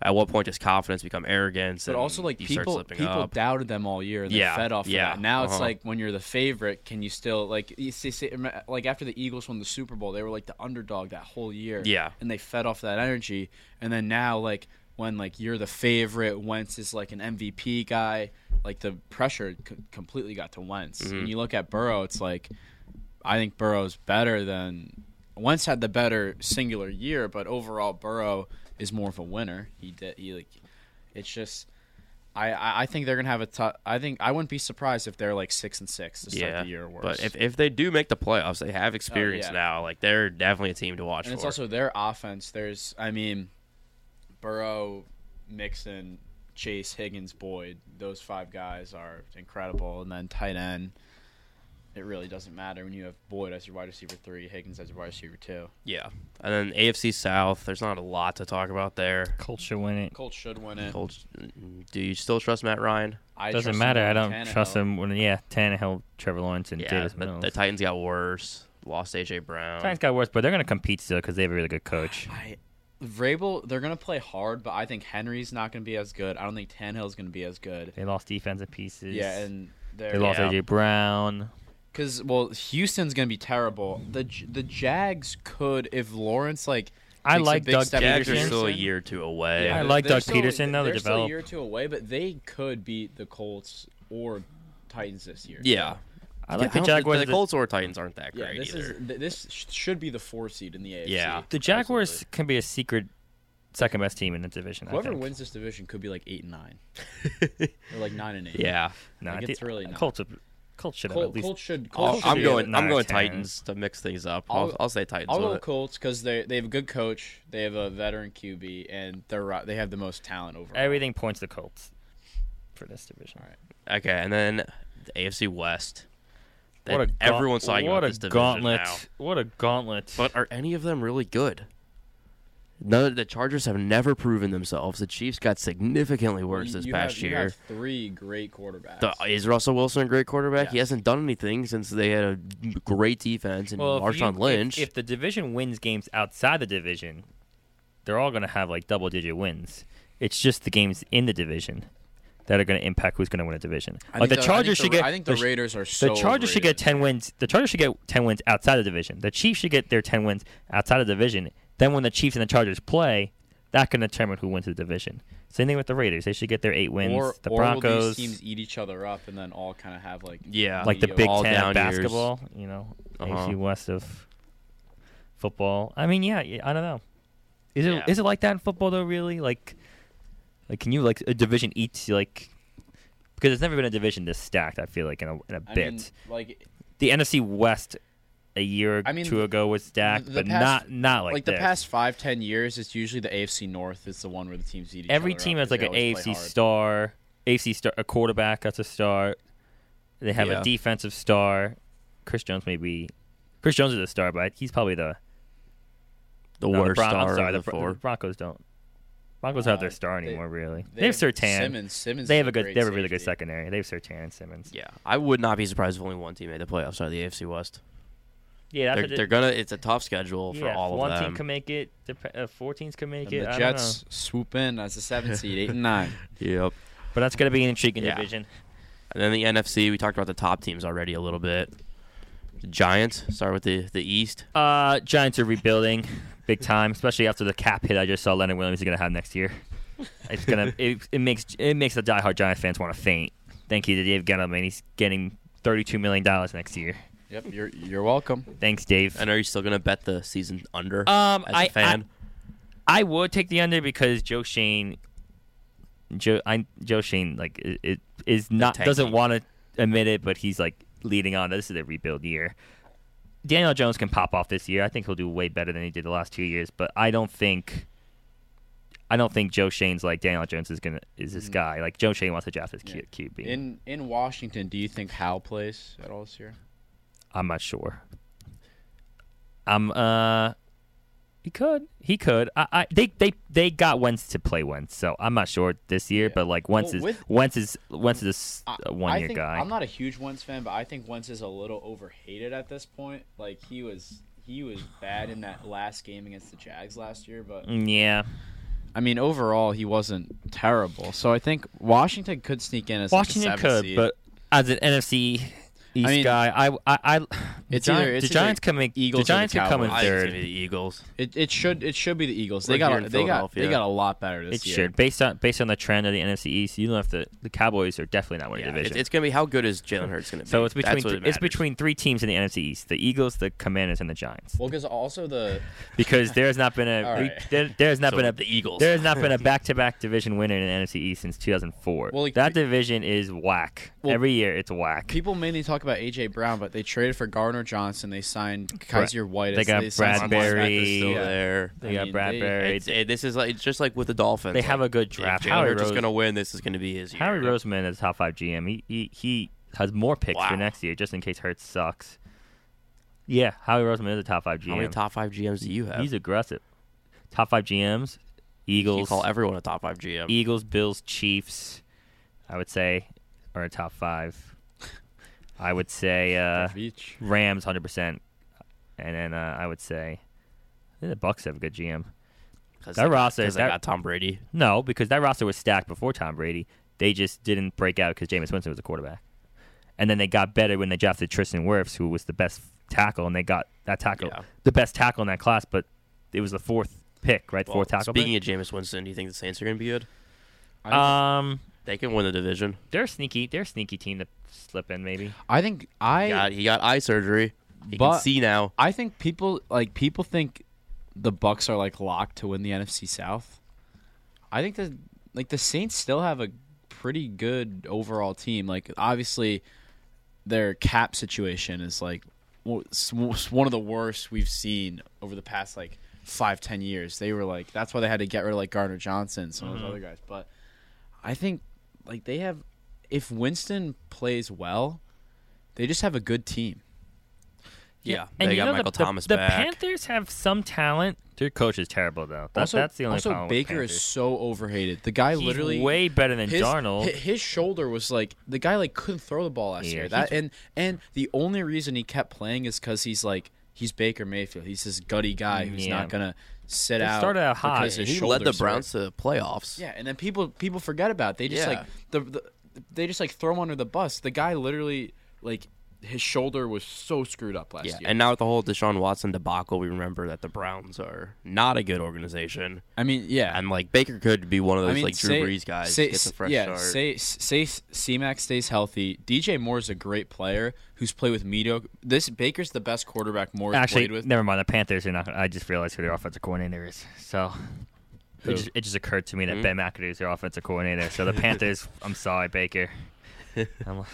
Speaker 3: at what point does confidence become arrogance?
Speaker 2: But
Speaker 3: and
Speaker 2: also like
Speaker 3: you start
Speaker 2: people
Speaker 3: slipping
Speaker 2: people
Speaker 3: up?
Speaker 2: doubted them all year and they
Speaker 3: Yeah,
Speaker 2: fed off of
Speaker 3: yeah,
Speaker 2: that. Now it's
Speaker 3: uh-huh.
Speaker 2: like when you're the favorite, can you still like you see, see, rem- like after the Eagles won the Super Bowl, they were like the underdog that whole year.
Speaker 3: Yeah.
Speaker 2: And they fed off that energy and then now like when like you're the favorite, Wentz is like an MVP guy, like the pressure c- completely got to Wentz.
Speaker 3: Mm-hmm.
Speaker 2: And you look at Burrow, it's like I think Burrow's better than Wentz had the better singular year, but overall Burrow is more of a winner. He did he like it's just I I I think they're gonna have a tough. I think I wouldn't be surprised if they're like six and six to start
Speaker 3: yeah,
Speaker 2: the year or worse. Oh,
Speaker 3: but if if they do make the playoffs, they have experience
Speaker 2: yeah.
Speaker 3: now. Like they're definitely a team to watch
Speaker 2: and it's
Speaker 3: for.
Speaker 2: also their offense. There's I mean, Burrow, Mixon, Chase, Higgins, Boyd. Those five guys are incredible, and then tight end. it really doesn't matter when you have Boyd as your wide receiver three, Higgins as your wide receiver two.
Speaker 3: Yeah. And then AFC South, there's not a lot to talk about there.
Speaker 1: Colts should win it.
Speaker 2: Colts should win it.
Speaker 3: Colts, do you still trust Matt Ryan?
Speaker 2: I trust
Speaker 1: Doesn't
Speaker 2: him
Speaker 1: matter. I
Speaker 2: over
Speaker 1: don't trust
Speaker 2: Tannehill.
Speaker 1: him. When yeah, Tannehill, Trevor Lawrence, and
Speaker 3: Yeah.
Speaker 1: Davis
Speaker 3: The,
Speaker 1: Mills.
Speaker 3: the Titans got worse. Lost AJ Brown.
Speaker 1: Titans got worse, but they're gonna compete still because they have a really good coach.
Speaker 2: I Vrabel, they're gonna play hard, but I think Henry's not gonna be as good. I don't think Tanhill's gonna be as good.
Speaker 1: They lost defensive pieces.
Speaker 2: Yeah, and they're
Speaker 1: they lost
Speaker 3: yeah.
Speaker 1: AJ Brown.
Speaker 2: because well, Houston's gonna be terrible. the J- The Jags could if Lawrence like.
Speaker 1: I
Speaker 2: takes a
Speaker 1: like
Speaker 2: big
Speaker 1: Doug
Speaker 2: step
Speaker 3: Jags are
Speaker 1: Peterson.
Speaker 3: still a year or two away.
Speaker 1: I like
Speaker 2: they're
Speaker 1: Doug Peterson, though, the
Speaker 2: They're still a
Speaker 1: develop-
Speaker 2: year or two away, but they could beat the Colts or Titans this year.
Speaker 3: Yeah.
Speaker 1: I like
Speaker 3: don't-
Speaker 1: the Jaguars.
Speaker 3: The
Speaker 1: The-
Speaker 3: Colts or Titans aren't that
Speaker 2: yeah.
Speaker 3: great
Speaker 2: this
Speaker 3: either.
Speaker 2: is th- this sh- should be the four seed in the AFC.
Speaker 3: Yeah.
Speaker 1: the Jaguars can be a secret second best team in the division. I
Speaker 2: Whoever
Speaker 1: think.
Speaker 2: wins this division could be like eight and nine, or like nine and eight.
Speaker 3: yeah.
Speaker 1: no,
Speaker 2: like,
Speaker 1: I
Speaker 2: it's
Speaker 1: think-
Speaker 2: really not.
Speaker 1: Colts. Colts should have
Speaker 2: Col-
Speaker 1: at least.
Speaker 2: Colts should.
Speaker 3: I'll-
Speaker 2: Colts should
Speaker 3: I'm
Speaker 2: be-
Speaker 3: going.
Speaker 1: nine
Speaker 3: I'm
Speaker 1: or
Speaker 3: going
Speaker 1: 10.
Speaker 3: Titans to mix things up. I'll,
Speaker 2: I'll-
Speaker 3: I'll say Titans.
Speaker 2: I'll
Speaker 3: with
Speaker 2: go
Speaker 3: it.
Speaker 2: Colts because they they have a good coach. They have a veteran QB, and they're ri- they have the most talent overall.
Speaker 1: Everything points to Colts for this division.
Speaker 3: Okay, and then the AFC West.
Speaker 1: What a
Speaker 3: That-
Speaker 1: gaunt-
Speaker 3: everyone's talking
Speaker 1: what
Speaker 3: about
Speaker 1: a
Speaker 3: this division
Speaker 1: gauntlet!
Speaker 3: now.
Speaker 1: What a gauntlet!
Speaker 3: But are any of them really good? No, the Chargers have never proven themselves. The Chiefs got significantly worse
Speaker 2: You-
Speaker 3: this
Speaker 2: you
Speaker 3: past
Speaker 2: have- you
Speaker 3: year.
Speaker 2: have three great quarterbacks.
Speaker 3: The, is Russell Wilson a great quarterback? He
Speaker 2: Yes.
Speaker 3: hasn't done anything since they had a great defense and
Speaker 1: well, if, you-
Speaker 3: Marshawn
Speaker 1: if-
Speaker 3: Lynch.
Speaker 1: if the division wins games outside the division, they're all going to have like double digit wins. It's just the games in the division that are going to impact who's going to win a division.
Speaker 2: I
Speaker 1: like
Speaker 2: think
Speaker 1: the,
Speaker 2: I think
Speaker 1: Chargers
Speaker 2: the
Speaker 1: should
Speaker 2: Ra-
Speaker 1: get
Speaker 2: I think the
Speaker 1: sh-
Speaker 2: Raiders are
Speaker 1: the
Speaker 2: so.
Speaker 1: Chargers should get
Speaker 2: overrated.
Speaker 1: ten wins. The Chargers should get ten wins outside the division. The Chiefs should get their ten wins outside of the division. Then when the Chiefs and the Chargers play, that can determine who wins the division. Same thing with the Raiders. They should get their eight wins.
Speaker 2: Or,
Speaker 1: the
Speaker 2: or will
Speaker 1: Broncos,
Speaker 2: these teams eat each other up, and then all kind of have like
Speaker 3: yeah,
Speaker 1: like the
Speaker 2: All
Speaker 1: Big Ten of
Speaker 3: down years.
Speaker 1: basketball, you know,
Speaker 3: Uh-huh.
Speaker 1: AFC West of football. I mean, yeah, yeah, I don't know. Is it is
Speaker 3: Yeah.
Speaker 1: it like that in football though? Really, like, like can you like a division each like because it's never been a division this stacked. I feel like in a in a
Speaker 2: I
Speaker 1: bit.
Speaker 2: mean, like
Speaker 1: the NFC West a year or
Speaker 2: I mean,
Speaker 1: two ago was stacked,
Speaker 2: the
Speaker 1: but
Speaker 2: past-
Speaker 1: not not like,
Speaker 2: like, the
Speaker 1: this.
Speaker 2: past five ten years, it's usually the AFC North is the one where the teams eat each
Speaker 1: Every
Speaker 2: other
Speaker 1: team
Speaker 2: up
Speaker 1: has
Speaker 2: 'cause
Speaker 1: like
Speaker 2: they
Speaker 1: an
Speaker 2: always
Speaker 1: AFC
Speaker 2: play hard.
Speaker 1: star, AFC star, a quarterback that's a star. They have
Speaker 3: Yeah.
Speaker 1: a defensive star. Chris Jones may be. Chris Jones is a star, but he's probably the
Speaker 3: the
Speaker 1: no,
Speaker 3: worst
Speaker 1: Bron-
Speaker 3: star
Speaker 1: I'm sorry,
Speaker 3: of the,
Speaker 1: Bro-
Speaker 3: four.
Speaker 1: Broncos don't. Broncos have their
Speaker 2: Uh,
Speaker 1: star
Speaker 2: they-
Speaker 1: anymore, really. They, have Sertan.
Speaker 2: Simmons. Simmons.
Speaker 1: They
Speaker 2: is
Speaker 1: have a good.
Speaker 2: great
Speaker 1: They have a really good
Speaker 2: safety.
Speaker 1: secondary. They have Sertan and Simmons.
Speaker 3: yeah, I would not be surprised if only one team made the playoffs out of the AFC West.
Speaker 1: Yeah,
Speaker 3: They're,
Speaker 1: that's
Speaker 3: they're
Speaker 1: what
Speaker 3: gonna. It's a tough schedule
Speaker 1: it,
Speaker 3: for
Speaker 1: yeah,
Speaker 3: all
Speaker 1: one
Speaker 3: of them.
Speaker 1: team can make it. dep- uh, Four teams can make
Speaker 2: And
Speaker 1: it.
Speaker 2: the
Speaker 1: I don't
Speaker 2: Jets
Speaker 1: know.
Speaker 2: swoop in as the seven seed, eight and nine.
Speaker 3: yep.
Speaker 1: But that's gonna be an intriguing
Speaker 3: Yeah.
Speaker 1: division.
Speaker 3: And then the NFC, we talked about the top teams already a little bit. The Giants, start with the, the East.
Speaker 1: Uh, Giants are rebuilding big time, especially after the cap hit I just saw Leonard Williams is going to have next year. It's gonna it, it makes it makes the diehard Giants fans want to faint. Thank you to Dave Gettleman. He's getting thirty two million dollars next year.
Speaker 2: Yep, you're you're welcome.
Speaker 1: Thanks, Dave.
Speaker 3: And are you still going to bet the season under
Speaker 1: Um,
Speaker 3: as a
Speaker 1: I- I-
Speaker 3: fan?
Speaker 1: I would take the under because Joe Shane, Joe, I Joe Shane like i- it is not
Speaker 3: tanking.
Speaker 1: doesn't want to admit it, but he's like leading on. This is a rebuild year. Daniel Jones can pop off this year. I think he'll do way better than he did the last two years. But I don't think, I don't think Joe Shane's like Daniel Jones is gonna is this guy. Like Joe Shane wants to draft his
Speaker 2: Yeah.
Speaker 1: Q- QB.
Speaker 2: In in Washington, do you think Hal plays at all this year?
Speaker 1: I'm not sure. I'm uh he could. He could. I, I they they they got Wentz to play Wentz, so I'm not sure this year,
Speaker 2: Yeah.
Speaker 1: but like Wentz
Speaker 2: Well,
Speaker 1: is
Speaker 2: with-
Speaker 1: Wentz is Wentz is a s-
Speaker 2: I-
Speaker 1: a one
Speaker 2: I
Speaker 1: year
Speaker 2: think-
Speaker 1: guy.
Speaker 2: I'm not a huge Wentz fan, but I think Wentz is a little overhated at this point. Like he was he was bad in that last game against the Jags last year, but
Speaker 1: Mm, yeah.
Speaker 2: I mean overall he wasn't terrible. So I think Washington could sneak in as like, a
Speaker 1: Washington
Speaker 2: seven
Speaker 1: could,
Speaker 2: seed.
Speaker 1: but as an NFC East
Speaker 2: mean,
Speaker 1: guy, I I, I
Speaker 2: it's
Speaker 1: the, Gi-
Speaker 2: either- it's
Speaker 1: the
Speaker 2: either
Speaker 1: Giants can make
Speaker 2: Eagles or
Speaker 1: the
Speaker 2: the
Speaker 1: Giants could come in
Speaker 3: I think it's going
Speaker 1: third.
Speaker 3: to be the Eagles.
Speaker 2: it, it should it should be the Eagles.
Speaker 3: We're
Speaker 2: They
Speaker 3: here
Speaker 2: got
Speaker 3: in
Speaker 2: they got
Speaker 3: Philadelphia.
Speaker 2: they got a lot better this
Speaker 1: It
Speaker 2: year.
Speaker 1: should based on based on the trend of the NFC East. You don't have to. The Cowboys are definitely not winning
Speaker 3: Yeah,
Speaker 1: the
Speaker 3: it's
Speaker 1: division.
Speaker 3: going to be how good is Jalen Hurts going to be.
Speaker 1: so it's
Speaker 3: That's
Speaker 1: between
Speaker 3: what
Speaker 1: th-
Speaker 3: it
Speaker 1: it's
Speaker 3: matters.
Speaker 1: between three teams in the NFC East: the Eagles, the Commanders, and the Giants.
Speaker 2: Well, because also the
Speaker 1: because there's not been a
Speaker 2: All
Speaker 1: we-
Speaker 2: right.
Speaker 1: there, there's not
Speaker 3: So
Speaker 1: been a
Speaker 3: the Eagles.
Speaker 1: There has not been a back-to-back division winner in the NFC East since 2004.
Speaker 2: Well, like,
Speaker 1: that
Speaker 2: pe-
Speaker 1: division is whack.
Speaker 2: Well,
Speaker 1: Every year it's whack.
Speaker 2: people mainly talk about AJ Brown, but they traded for Gardner Johnson. They signed Kaiser White.
Speaker 1: They got
Speaker 2: they signed some
Speaker 1: Bradbury.
Speaker 2: linebackers.
Speaker 3: Linebackers still
Speaker 2: Yeah.
Speaker 3: there.
Speaker 1: They
Speaker 2: I
Speaker 1: got
Speaker 2: mean,
Speaker 1: Bradbury.
Speaker 3: It's, it- this is like it's just like with the Dolphins.
Speaker 1: They have
Speaker 3: like,
Speaker 1: a good
Speaker 3: if
Speaker 1: draft.
Speaker 3: Jalen
Speaker 1: Howie
Speaker 3: Hurts is
Speaker 1: Rose-
Speaker 3: going to win. This is going to be his year.
Speaker 1: Harry Roseman is a top five GM. He he, he has more picks
Speaker 3: Wow.
Speaker 1: for next year, just in case Hurts sucks. Yeah, Howie Roseman is a top five GM.
Speaker 3: How many top five GMs do you have?
Speaker 1: He's aggressive. Top five GMs,
Speaker 3: You
Speaker 1: Eagles, E-
Speaker 3: call everyone a top five GM.
Speaker 1: Eagles, Bills, Chiefs. I would say are a top five. I would say uh,
Speaker 2: each.
Speaker 1: Rams, hundred percent, and then uh, I would say I think the Bucks have a good GM.
Speaker 3: Because
Speaker 1: That roster-
Speaker 3: because they
Speaker 1: that-
Speaker 3: got Tom Brady.
Speaker 1: No, because that roster was stacked before Tom Brady. They just didn't break out because Jameis Winston was a quarterback. And then they got better when they drafted Tristan Wirfs, who was the best tackle, and they got that tackle,
Speaker 3: Yeah.
Speaker 1: the best tackle in that class. But it was the fourth pick, right?
Speaker 3: Well,
Speaker 1: fourth tackle.
Speaker 3: Speaking of Jameis Winston, do you think the Saints are going to be good?
Speaker 1: pick? um,
Speaker 3: They can win the division.
Speaker 1: they're a sneaky. They're a sneaky team to slip in, maybe.
Speaker 2: I think
Speaker 3: He
Speaker 2: I
Speaker 3: got, he got eye surgery. He
Speaker 2: But-
Speaker 3: can see now.
Speaker 2: I think people like people think the Bucks are like locked to win the NFC South. I think that like the Saints still have a pretty good overall team. Like obviously their cap situation is like w- s- w- s- one of the worst we've seen over the past like five ten years. They were like that's why they had to get rid of like Gardner Johnson and some of those other guys. But I think like they have if Winston plays well, they just have a good team.
Speaker 3: Yeah,
Speaker 1: and
Speaker 3: they
Speaker 1: you
Speaker 3: got
Speaker 1: know
Speaker 3: Michael
Speaker 1: the, the-
Speaker 3: Thomas
Speaker 1: the,
Speaker 3: back.
Speaker 1: Panthers have some talent. Their coach is terrible, though. That,
Speaker 2: also,
Speaker 1: that's the only
Speaker 2: also
Speaker 1: problem. with
Speaker 2: Baker is
Speaker 1: Panthers.
Speaker 2: so overhated. The guy
Speaker 1: He's
Speaker 2: literally
Speaker 1: way better than
Speaker 2: his,
Speaker 1: Darnold.
Speaker 2: hi- His shoulder was like the guy like couldn't throw the ball last
Speaker 1: Yeah,
Speaker 2: year. That and and the only reason he kept playing is because he's like he's Baker Mayfield. He's this gutty guy who's
Speaker 1: Yeah.
Speaker 2: not gonna sit
Speaker 1: They
Speaker 2: out.
Speaker 1: started out hot.
Speaker 2: because his
Speaker 3: he led the
Speaker 2: shoulders hurt.
Speaker 3: Browns to the playoffs.
Speaker 2: Yeah, and then people people forget about. It. They just
Speaker 3: Yeah.
Speaker 2: like the, the they just like throw him under the bus. The guy literally like his shoulder was so screwed up last
Speaker 3: Yeah,
Speaker 2: year.
Speaker 3: and now with the whole Deshaun Watson debacle, we remember that the Browns are not a good organization,
Speaker 2: I mean, yeah,
Speaker 3: and like Baker could be one of those
Speaker 2: I mean,
Speaker 3: like Drew
Speaker 2: say-
Speaker 3: Brees guys
Speaker 2: say-
Speaker 3: gets a fresh
Speaker 2: yeah,
Speaker 3: start.
Speaker 2: say say C-Mac stays healthy. DJ Moore is a great player who's played with mediocre. This Baker's the best quarterback Moore's
Speaker 1: Actually,
Speaker 2: played with.
Speaker 1: never mind. The Panthers are not. gonna- I just realized who their offensive coordinator is. So
Speaker 2: Who?
Speaker 1: it just, it just occurred to me that
Speaker 3: Hmm?
Speaker 1: Ben McAdoo is their offensive coordinator. So the Panthers. I'm sorry, Baker. I'm-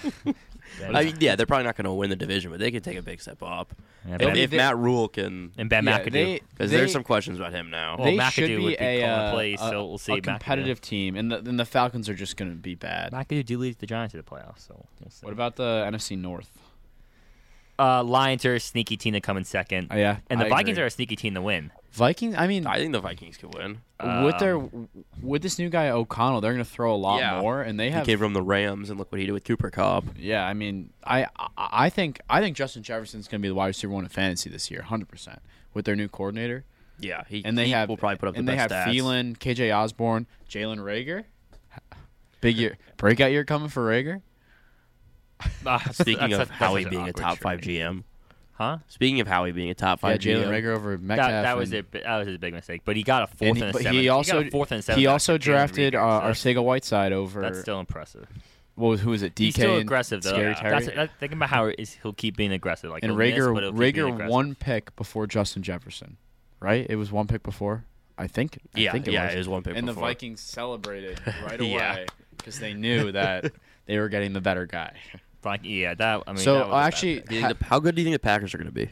Speaker 1: Ben-
Speaker 3: I mean, yeah, they're probably not going to win the division, but they can take a big step up.
Speaker 1: yeah,
Speaker 3: If,
Speaker 1: Ben,
Speaker 3: if
Speaker 2: they-
Speaker 3: Matt Rule can,
Speaker 1: and Ben
Speaker 2: Yeah,
Speaker 1: McAdoo.
Speaker 2: they-
Speaker 3: because
Speaker 2: they-
Speaker 3: there's some questions about him now.
Speaker 1: Well,
Speaker 2: they
Speaker 1: McAdoo
Speaker 2: should
Speaker 1: would
Speaker 2: be
Speaker 1: be
Speaker 2: a,
Speaker 1: calling
Speaker 2: uh,
Speaker 1: plays,
Speaker 2: a-
Speaker 1: so we'll see
Speaker 2: a
Speaker 1: McAdoo.
Speaker 2: competitive team, and the, and the Falcons are just going to be bad.
Speaker 1: McAdoo do lead the Giants to the playoffs. So we'll see.
Speaker 2: What about the NFC North?
Speaker 1: uh, Lions are a sneaky team to come in second,
Speaker 2: Oh, yeah,
Speaker 1: and the
Speaker 2: I
Speaker 1: Vikings
Speaker 2: agree.
Speaker 1: are a sneaky team to win.
Speaker 2: Vikings. I mean,
Speaker 3: I think the Vikings could win.
Speaker 2: with their
Speaker 1: Um,
Speaker 2: with this new guy O'Connell, they're going to throw a lot
Speaker 3: Yeah.
Speaker 2: more, and they
Speaker 3: He
Speaker 2: have.
Speaker 3: came from the Rams, and look what he did with Cooper Cup.
Speaker 2: yeah, I mean, I I- I think I think Justin Jefferson's going to be the wide receiver one in fantasy this year, hundred percent, with their new coordinator.
Speaker 3: Yeah, he
Speaker 2: and they
Speaker 3: he
Speaker 2: have
Speaker 3: will probably put up
Speaker 2: and
Speaker 3: the
Speaker 2: they
Speaker 3: best
Speaker 2: have
Speaker 3: stats.
Speaker 2: Thielen, KJ Osborne, Jalen Rager. Big year, breakout year coming for Rager.
Speaker 1: ah,
Speaker 3: Speaking
Speaker 1: that's-
Speaker 3: of
Speaker 1: that's
Speaker 3: Howie
Speaker 1: such an
Speaker 3: being a
Speaker 1: awkward
Speaker 3: top five
Speaker 1: trade.
Speaker 3: GM.
Speaker 1: huh?
Speaker 3: Speaking of Howie being a top
Speaker 2: Yeah,
Speaker 3: five
Speaker 2: Jalen
Speaker 3: GM,
Speaker 2: Rager over Metcalf.
Speaker 1: That, that was
Speaker 2: and-
Speaker 1: it. That was his big mistake. But he got a fourth and,
Speaker 2: and he-
Speaker 1: a
Speaker 2: but
Speaker 1: seventh.
Speaker 2: he also
Speaker 1: got a fourth and a seventh.
Speaker 2: he
Speaker 1: after
Speaker 2: also
Speaker 1: Jalen
Speaker 2: drafted uh,
Speaker 1: Reagor, so that's-
Speaker 2: Arcega Whiteside over.
Speaker 1: That's still impressive.
Speaker 2: what was, who was it? DK
Speaker 1: He's still
Speaker 2: and
Speaker 1: aggressive though.
Speaker 2: Scary
Speaker 1: Yeah.
Speaker 2: Terry.
Speaker 1: That's, that, thinking about how is he'll keep being aggressive. Like
Speaker 2: and
Speaker 1: he'll miss, but
Speaker 2: Rager
Speaker 1: he'll keep being
Speaker 2: Rager
Speaker 1: aggressive.
Speaker 2: one pick before Justin Jefferson, right? It was one pick before. I think.
Speaker 3: yeah,
Speaker 2: I think it
Speaker 3: yeah,
Speaker 2: was.
Speaker 3: it was one pick.
Speaker 2: and the
Speaker 3: before.
Speaker 2: Vikings celebrated right
Speaker 3: Yeah.
Speaker 2: away because they knew that they were getting the better guy.
Speaker 1: Like, yeah, that. I mean,
Speaker 2: so
Speaker 1: that was a bad
Speaker 2: actually,
Speaker 1: pick.
Speaker 3: Do you
Speaker 2: ha-
Speaker 3: think the, how good do you think the Packers are going to be?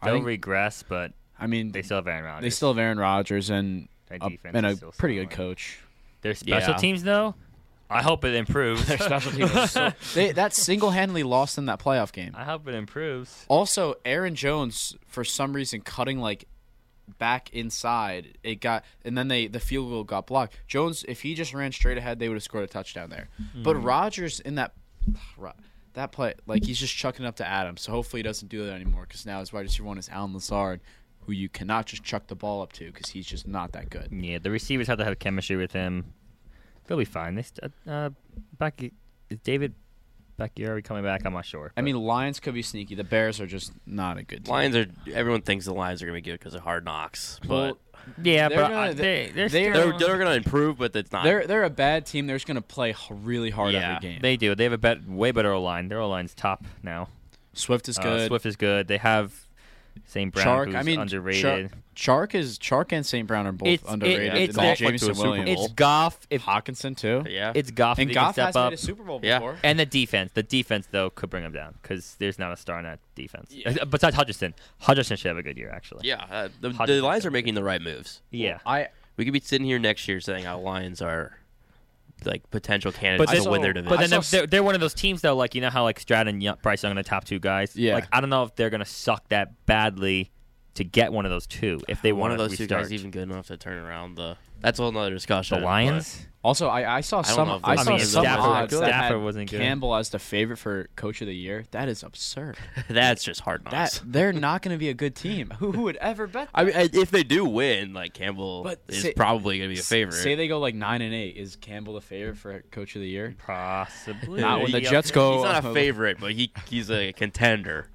Speaker 2: I
Speaker 1: they'll
Speaker 2: think-
Speaker 1: regress, but
Speaker 2: I mean,
Speaker 1: they still have Aaron Rodgers.
Speaker 2: They still have Aaron Rodgers and
Speaker 1: Their
Speaker 2: a,
Speaker 1: defense
Speaker 2: and a
Speaker 1: is still
Speaker 2: pretty good
Speaker 1: solid.
Speaker 2: coach.
Speaker 1: Their special
Speaker 3: Yeah.
Speaker 1: teams though, I hope it improves.
Speaker 2: Their special teams are so- they, that single handedly lost them that playoff game.
Speaker 1: I hope it improves.
Speaker 2: Also, Aaron Jones for some reason cutting like back inside. It got and then they the field goal got blocked. Jones, if he just ran straight ahead, they would have scored a touchdown there. But Rodgers in that Ro- that play, like he's just chucking up to Adams. So hopefully he doesn't do that anymore because now his wide receiver one is Alan Lazard, who you cannot just chuck the ball up to because he's just not that good.
Speaker 1: Yeah, the receivers have to have chemistry with him. They'll be fine. They st- uh, back is David Bakhtiari coming back? I'm not sure.
Speaker 2: I mean, Lions could be sneaky. The Bears are just not a good team.
Speaker 3: Lions are. Everyone thinks the Lions are going to be good because of hard knocks, but
Speaker 2: Well,
Speaker 1: yeah,
Speaker 2: they're
Speaker 1: but
Speaker 2: gonna-
Speaker 1: I, they, they're
Speaker 2: they're-
Speaker 1: still-
Speaker 3: they're they're going to improve, but it's not.
Speaker 2: they're they're a bad team. They're just going to play h- really hard
Speaker 3: Yeah,
Speaker 2: every game.
Speaker 1: They do. They have a bet, way better O line. Their O line's top now.
Speaker 2: Swift is
Speaker 1: Uh,
Speaker 2: good.
Speaker 1: Swift is good. They have St. Brown,
Speaker 2: Chark.
Speaker 1: who's
Speaker 2: I mean,
Speaker 1: underrated.
Speaker 2: Char- Chark is Chark and St. Brown are both
Speaker 1: It's- it-
Speaker 2: underrated.
Speaker 1: it's
Speaker 2: and then
Speaker 1: that-
Speaker 2: Jameson
Speaker 3: Went to a Super
Speaker 2: Williams,
Speaker 1: It's Goff. If
Speaker 2: Hawkinson too.
Speaker 3: yeah,
Speaker 1: it's Goff, if
Speaker 2: And
Speaker 1: he
Speaker 2: Goff
Speaker 1: can
Speaker 2: has
Speaker 1: step up.
Speaker 2: made a Super Bowl
Speaker 3: Yeah.
Speaker 2: before.
Speaker 1: and the defense. The defense though could bring him down because there's not a star in that defense.
Speaker 2: Yeah.
Speaker 1: Besides Hutchinson, Hutchinson should have a good year actually.
Speaker 3: yeah. Uh, the, the
Speaker 1: Hutchinson.
Speaker 3: Lions are making the right moves.
Speaker 1: Yeah.
Speaker 2: I
Speaker 3: We could be sitting here next year saying how Lions are like potential
Speaker 1: But
Speaker 3: candidates
Speaker 1: then,
Speaker 3: to win their
Speaker 2: also-
Speaker 3: division.
Speaker 1: but then
Speaker 2: I
Speaker 1: they're,
Speaker 2: saw
Speaker 1: they're, they're one of those teams though, like you know how like Stroud and Young, Bryce Young are the top two guys.
Speaker 2: Yeah.
Speaker 1: Like I don't know if they're gonna suck that badly to get one of those two. If they
Speaker 3: one
Speaker 1: want
Speaker 3: of those two
Speaker 1: restart.
Speaker 3: guys even good enough to turn around the. That's a whole nother discussion.
Speaker 1: the
Speaker 3: but-
Speaker 1: Lions.
Speaker 2: Also, I, I saw
Speaker 3: don't know
Speaker 2: some.
Speaker 3: if
Speaker 2: I,
Speaker 3: those-
Speaker 2: saw
Speaker 3: I mean,
Speaker 2: some
Speaker 3: Stafford-
Speaker 2: odds that
Speaker 1: Stafford
Speaker 2: had
Speaker 1: wasn't good.
Speaker 2: Campbell as the favorite for coach of the year. That is absurd.
Speaker 3: that's just hard knocks.
Speaker 2: That they're not going to be a good team. Who, who would ever bet?
Speaker 3: I mean, I- if they do win, like Campbell
Speaker 2: But
Speaker 3: is
Speaker 2: say-
Speaker 3: probably going to be a
Speaker 2: S-
Speaker 3: favorite.
Speaker 2: Say they go like nine and eight. Is Campbell the favorite for coach of the year?
Speaker 1: Possibly.
Speaker 2: Not when the
Speaker 1: Yeah.
Speaker 2: Jets go.
Speaker 3: he's not a favorite, but he he's a contender.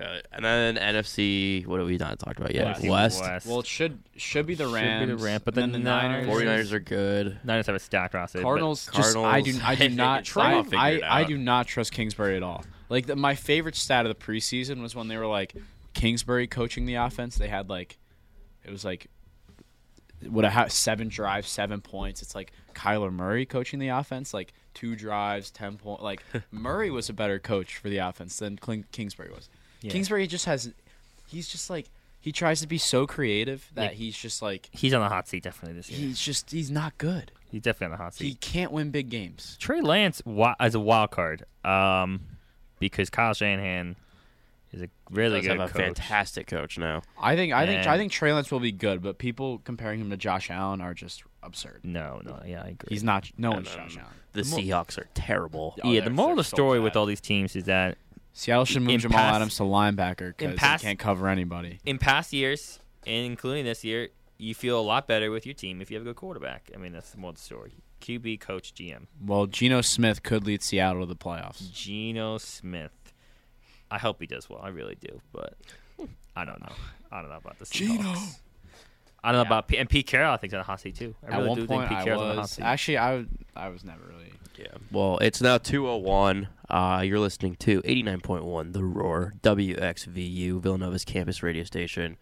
Speaker 3: Uh, and then NFC, what have we not talked about yet?
Speaker 1: West.
Speaker 3: West.
Speaker 2: Well, it should should be the
Speaker 1: Should be the
Speaker 2: Rams.
Speaker 1: Rams, but
Speaker 2: then
Speaker 1: the
Speaker 2: the Niners,
Speaker 1: Niners-
Speaker 3: 49ers are good.
Speaker 1: Niners have a stacked roster. but-
Speaker 2: Cardinals. Just I do
Speaker 3: Cardinals,
Speaker 2: I do not
Speaker 3: Trey will
Speaker 2: I,
Speaker 3: figure
Speaker 2: I,
Speaker 3: it
Speaker 2: I
Speaker 3: out.
Speaker 2: do not trust Kingsbury at all. Like the, my favorite stat of the preseason was when they were like Kingsbury coaching the offense. They had like it was like what a ha- seven drives, seven points. It's like Kyler Murray coaching the offense, like two drives, ten point. Like Murray was a better coach for the offense than Kling- Kingsbury was.
Speaker 1: Yeah.
Speaker 2: Kingsbury just has, he's just like he tries to be so creative that he's just like
Speaker 1: He's on the hot seat definitely this year.
Speaker 2: he's just he's not good.
Speaker 1: He's definitely on the hot seat.
Speaker 2: He can't win big games.
Speaker 1: Trey Lance wa- as a wild card, um, because Kyle Shanahan is a really
Speaker 3: Does
Speaker 1: good
Speaker 3: have a
Speaker 1: coach.
Speaker 3: fantastic coach now.
Speaker 2: I think I think
Speaker 1: And-
Speaker 2: I think Trey Lance will be good, but people comparing him to Josh Allen are just absurd.
Speaker 1: no, no, yeah, I agree.
Speaker 2: He's not. No
Speaker 3: And
Speaker 2: one's
Speaker 3: then
Speaker 2: Josh Allen.
Speaker 3: the
Speaker 1: The mo-
Speaker 3: Seahawks are terrible.
Speaker 2: Oh,
Speaker 1: yeah,
Speaker 2: they're-
Speaker 1: the moral of the
Speaker 2: they're so
Speaker 1: story with
Speaker 2: bad.
Speaker 1: all these teams is that
Speaker 2: Seattle should move
Speaker 1: In
Speaker 2: Jamal
Speaker 1: pass-
Speaker 2: Adams to linebacker
Speaker 1: in
Speaker 2: because
Speaker 1: pass-
Speaker 2: he can't cover anybody.
Speaker 1: in past years, and including this year, you feel a lot better with your team if you have a good quarterback. I mean, that's the moral of the story. QB coach, GM,
Speaker 2: Well, Geno Smith could lead Seattle to the playoffs.
Speaker 1: Geno Smith. I hope he does well. I really do, but I don't know. I don't know about the Seahawks.
Speaker 2: Geno.
Speaker 1: I don't know
Speaker 2: Yeah.
Speaker 1: about P- and Pete Carroll. I think is on the hot seat too. I
Speaker 2: At
Speaker 1: really
Speaker 2: one
Speaker 1: do think
Speaker 2: point,
Speaker 1: Pete
Speaker 2: I
Speaker 1: Carroll's on the hot
Speaker 2: was
Speaker 1: seat.
Speaker 2: actually I w- I was never really.
Speaker 3: Yeah. Well, it's now 201. Uh, you're listening to 89.1 The Roar, WXVU, Villanova's campus radio station.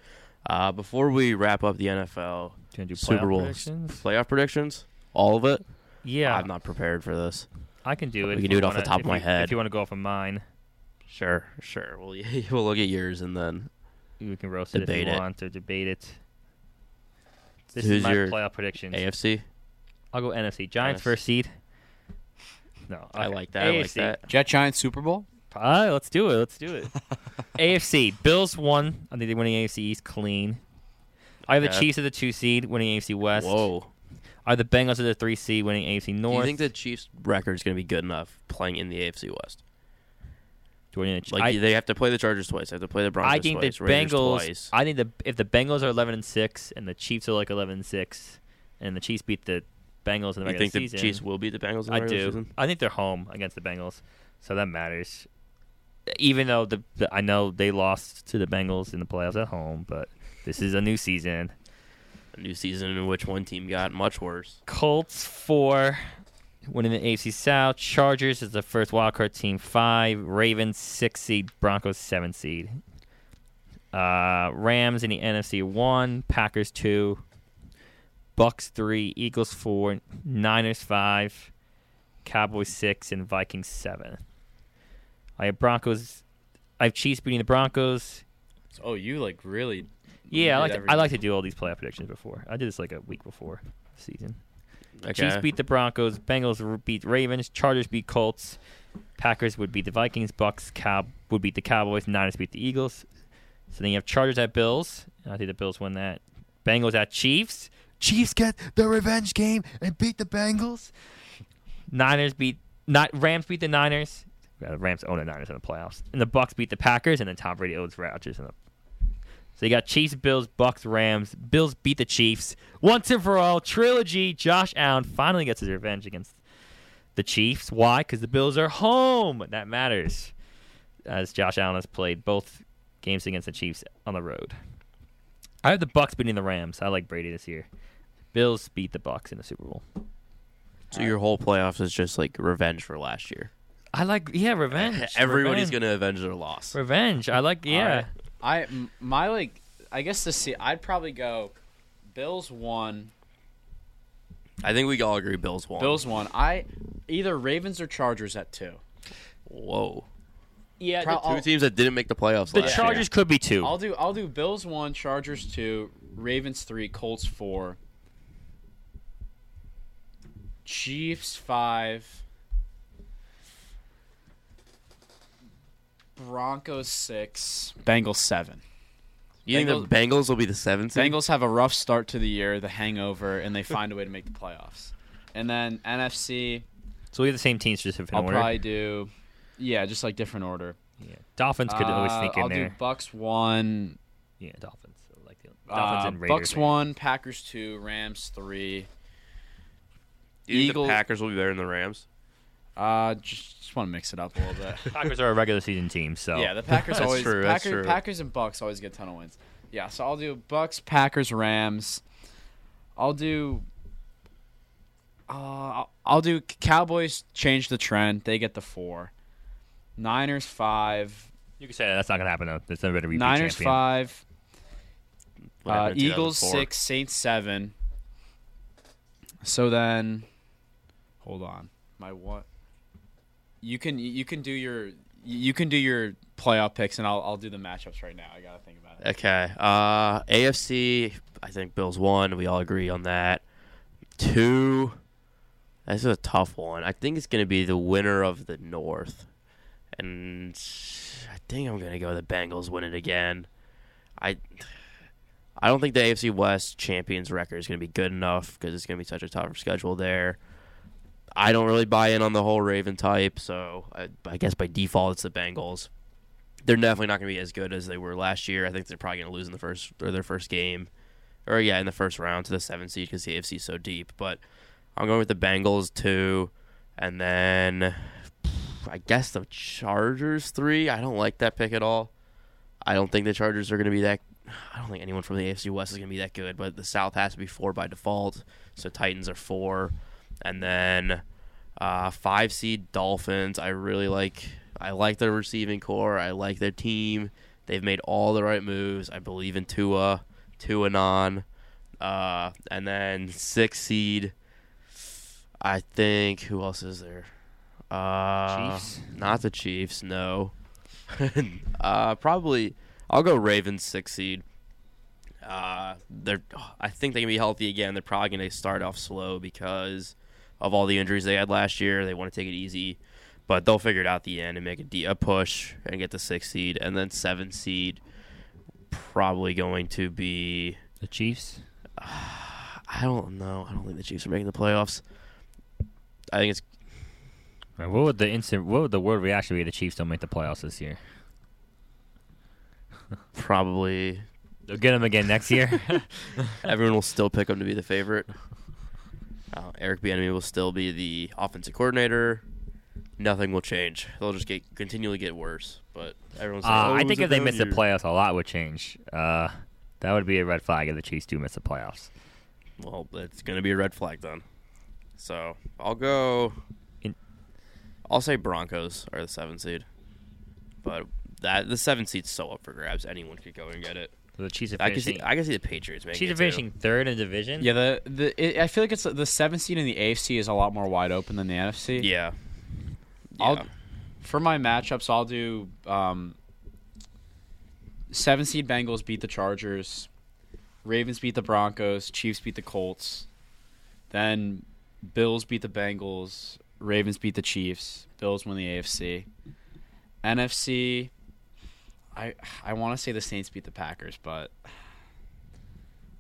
Speaker 3: Uh, before we wrap up the NFL
Speaker 1: Do you wanna do
Speaker 3: Super
Speaker 1: playoff
Speaker 3: Bowl
Speaker 1: predictions?
Speaker 3: playoff predictions, all of it,
Speaker 1: Yeah,
Speaker 3: I'm not prepared for this.
Speaker 1: I can do
Speaker 3: We
Speaker 1: it.
Speaker 3: can
Speaker 1: if
Speaker 3: do
Speaker 1: you
Speaker 3: it off the
Speaker 1: wanna-
Speaker 3: top of
Speaker 1: if
Speaker 3: my
Speaker 1: you-
Speaker 3: head.
Speaker 1: If you want to go off of mine,
Speaker 3: Sure, sure. We'll, we'll look at yours and then.
Speaker 1: we can roast it
Speaker 3: Debate
Speaker 1: if you
Speaker 3: it.
Speaker 1: want or debate it. This
Speaker 3: Who's
Speaker 1: is my
Speaker 3: your
Speaker 1: playoff predictions.
Speaker 3: AFC?
Speaker 1: I'll go NFC. Giants
Speaker 3: NFC.
Speaker 1: first seed. No,
Speaker 3: I
Speaker 1: okay.
Speaker 3: like that. I like
Speaker 1: AFC.
Speaker 3: that.
Speaker 2: Jet Giants Super Bowl.
Speaker 1: All right, let's do it. Let's do it. AFC Bills won. I think they're winning AFC East clean. I have the
Speaker 3: Okay.
Speaker 1: Chiefs at the two seed, winning AFC West.
Speaker 3: Whoa.
Speaker 1: I have the Bengals at the three seed, winning AFC
Speaker 3: Do you
Speaker 1: North.
Speaker 3: think the Chiefs' record is going to be good enough playing in the AFC West?
Speaker 1: Jordan-
Speaker 3: Like
Speaker 1: I,
Speaker 3: they have to play the Chargers twice, they have to play the Broncos
Speaker 1: I think
Speaker 3: twice,
Speaker 1: the
Speaker 3: Raiders
Speaker 1: Bengals.
Speaker 3: twice.
Speaker 1: I think the if the Bengals are eleven and six and the Chiefs are like eleven and six, and the Chiefs beat the Bengals in the regular
Speaker 3: you think
Speaker 1: season.
Speaker 3: the Chiefs will beat the Bengals? In the
Speaker 1: I
Speaker 3: regular
Speaker 1: do.
Speaker 3: Season?
Speaker 1: I think they're home against the Bengals, so that matters. Even though the, the I know they lost to the Bengals in the playoffs at home, but this is a new season.
Speaker 3: A new season in which one team got much worse.
Speaker 1: Colts four, winning the AFC South. Chargers is the first wildcard team five. Ravens six seed. Broncos seven seed. Uh, Rams in the NFC one. Packers two. Bucks three. Eagles four. Niners five. Cowboys six and Vikings seven. I have Broncos. I have Chiefs beating the Broncos.
Speaker 2: Oh, you like really?
Speaker 1: Yeah, I
Speaker 2: did
Speaker 1: like to, I
Speaker 2: everything.
Speaker 1: like to do all these playoff predictions before. I did this like a week before the season.
Speaker 3: Okay.
Speaker 1: Chiefs beat the Broncos. Bengals r- beat Ravens. Chargers beat Colts. Packers would beat the Vikings. Bucks Cow- would beat the Cowboys. Niners beat the Eagles. So then you have Chargers at Bills. I think the Bills win that. Bengals at Chiefs. Chiefs get the revenge game and beat the Bengals. Niners beat not Rams beat the Niners. Yeah, the Rams own the Niners in the playoffs, and the Bucks beat the Packers, and then Tom Brady owns Rodgers. In the so you got Chiefs, Bills, Bucks, Rams. Bills beat the Chiefs once and for all. Trilogy. Josh Allen finally gets his revenge against the Chiefs. Why? Because the Bills are home. That matters. As Josh Allen has played both games against the Chiefs on the road. I have the Bucks beating the Rams. I like Brady this year. Bills beat the Bucks in the Super Bowl.
Speaker 3: So your whole playoffs is just like revenge for last year.
Speaker 1: I like yeah revenge. Revenge.
Speaker 3: Everybody's going to avenge their loss.
Speaker 1: revenge. I like yeah.
Speaker 2: right. I m- my like I guess to see I'd probably go Bills one,
Speaker 3: I think we all agree Bills won.
Speaker 2: Bills one. I either Ravens or Chargers at two.
Speaker 3: Whoa.
Speaker 1: Yeah,
Speaker 2: Pro-
Speaker 3: Two
Speaker 2: I'll-
Speaker 3: teams that didn't make the playoffs
Speaker 1: the
Speaker 3: last
Speaker 1: Chargers could be 2
Speaker 2: I'll do I'll do Bills one, Chargers two, Ravens three, Colts four. Chiefs five. Broncos six. Bengals seven.
Speaker 3: You think the Bengals will be the seventh? seed?
Speaker 2: Bengals have a rough start to the year, the hangover, and they find a way to make the playoffs. And then NFC,
Speaker 1: So we have the same teams just if in
Speaker 2: I'll
Speaker 1: order.
Speaker 2: probably do, yeah, just like different order.
Speaker 1: yeah. Dolphins could always
Speaker 2: Uh,
Speaker 1: sneak in
Speaker 2: I'll
Speaker 1: there.
Speaker 2: do Bucks one,
Speaker 1: yeah, Dolphins. So like the Dolphins
Speaker 2: uh,
Speaker 1: and Raiders.
Speaker 2: Bucks
Speaker 1: maybe.
Speaker 2: one, Packers two, Rams three.
Speaker 3: Do you think
Speaker 2: Eagles-
Speaker 3: the Packers will be better than the Rams?
Speaker 2: Uh, just, just want to mix it up a little bit.
Speaker 1: Packers are a regular season team, so
Speaker 2: Yeah, the Packers
Speaker 3: That's
Speaker 2: always
Speaker 3: true, that's
Speaker 2: Packers,
Speaker 3: true.
Speaker 2: Packers and Bucks always get a ton of wins. Yeah, so I'll do Bucks, Packers, Rams. I'll do uh, I'll- I'll do Cowboys change the trend. They get the 4. Niners 5.
Speaker 1: you could say that's not gonna happen though. That's never gonna be
Speaker 2: Niners
Speaker 1: champion.
Speaker 2: 5.
Speaker 3: What
Speaker 2: Uh,
Speaker 3: happened in
Speaker 2: Eagles
Speaker 3: 2004?
Speaker 2: six, Saints seven. So then, hold on, my what? You can you can do your you can do your playoff picks, and I'll I'll do the matchups right now. I gotta think about it.
Speaker 3: Okay. Uh, AFC. I think Bills won. We all agree on that. Two. This is a tough one. I think it's going to be the winner of the North, and I think I'm going to go the Bengals win it again. I. I don't think the AFC West champions record is going to be good enough because it's going to be such a tougher schedule there. I don't really buy in on the whole Raven type, so I, I guess by default it's the Bengals they're definitely not going to be as good as they were last year. I think they're probably going to lose in the first or their first game, or yeah, in the first round to the seventh seed because the AFC is so deep. But I'm going with the Bengals two, and then I guess the Chargers three. I don't like that pick at all. I don't think the Chargers are going to be that. I don't think anyone from the AFC West is going to be that good. But the South has to be four by default, so Titans are four, and then uh, five seed Dolphins. I really like. I like their receiving core. I like their team. They've made all the right moves. I believe in Tua, Tua non, uh, and then six seed. I think who else is there? Uh,
Speaker 1: Chiefs?
Speaker 3: Not the Chiefs. No. uh, probably. I'll go Ravens six seed. Uh, they're. I think they can be healthy again. They're probably going to start off slow because of all the injuries they had last year. They want to take it easy, but they'll figure it out at the end and make a, de- a push and get the sixth seed and then seventh seed. Probably going to be.
Speaker 1: The Chiefs.
Speaker 3: I don't know. I don't think the Chiefs are making the playoffs. I think it's.
Speaker 1: Man, what would the instant? What would the world reaction be? if The Chiefs don't make the playoffs this year.
Speaker 3: Probably
Speaker 1: They'll get them again next year.
Speaker 3: everyone will still pick him to be the favorite. Uh, Eric Bieniemy will still be the offensive coordinator. Nothing will change. They'll just get continually get worse. But everyone's.
Speaker 1: Uh,
Speaker 3: Like, "Oh,
Speaker 1: I
Speaker 3: it
Speaker 1: think
Speaker 3: was a
Speaker 1: if they
Speaker 3: down
Speaker 1: miss
Speaker 3: year."
Speaker 1: the playoffs, a lot would change. Uh, that would be a red flag if the Chiefs do miss the playoffs.
Speaker 3: Well, it's going to be a red flag then. So I'll go.
Speaker 1: In-
Speaker 3: I'll say Broncos are the seven seed, but that the seven seed's so up for grabs. Anyone could go and get it.
Speaker 1: The Chiefs are
Speaker 3: I can
Speaker 1: finishing.
Speaker 3: see. I can see the Patriots making.
Speaker 1: Chiefs
Speaker 3: it
Speaker 1: are finishing
Speaker 3: Too.
Speaker 1: third in division.
Speaker 2: Yeah, the the it, I feel like it's the seventh seed in the AFC is a lot more wide open than the NFC.
Speaker 3: Yeah.
Speaker 2: I'll
Speaker 3: Yeah.
Speaker 2: for my matchups I'll do um, seven seed Bengals beat the Chargers, Ravens beat the Broncos, Chiefs beat the Colts, then Bills beat the Bengals, Ravens beat the Chiefs, Bills win the AFC, NFC. I I want to say the Saints beat the Packers, but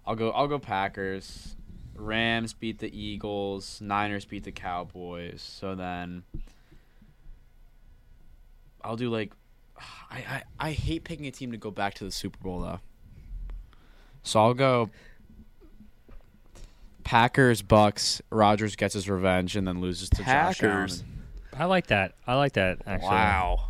Speaker 2: I'll go I'll go Packers. Rams beat the Eagles, Niners beat the Cowboys. So then I'll do like I, I I hate picking a team to go back to the Super Bowl though. So I'll go Packers, Bucks, Rogers gets his revenge and then loses to Josh
Speaker 3: Packers.
Speaker 2: Allen.
Speaker 1: I like that. I like that. Actually.
Speaker 3: Wow.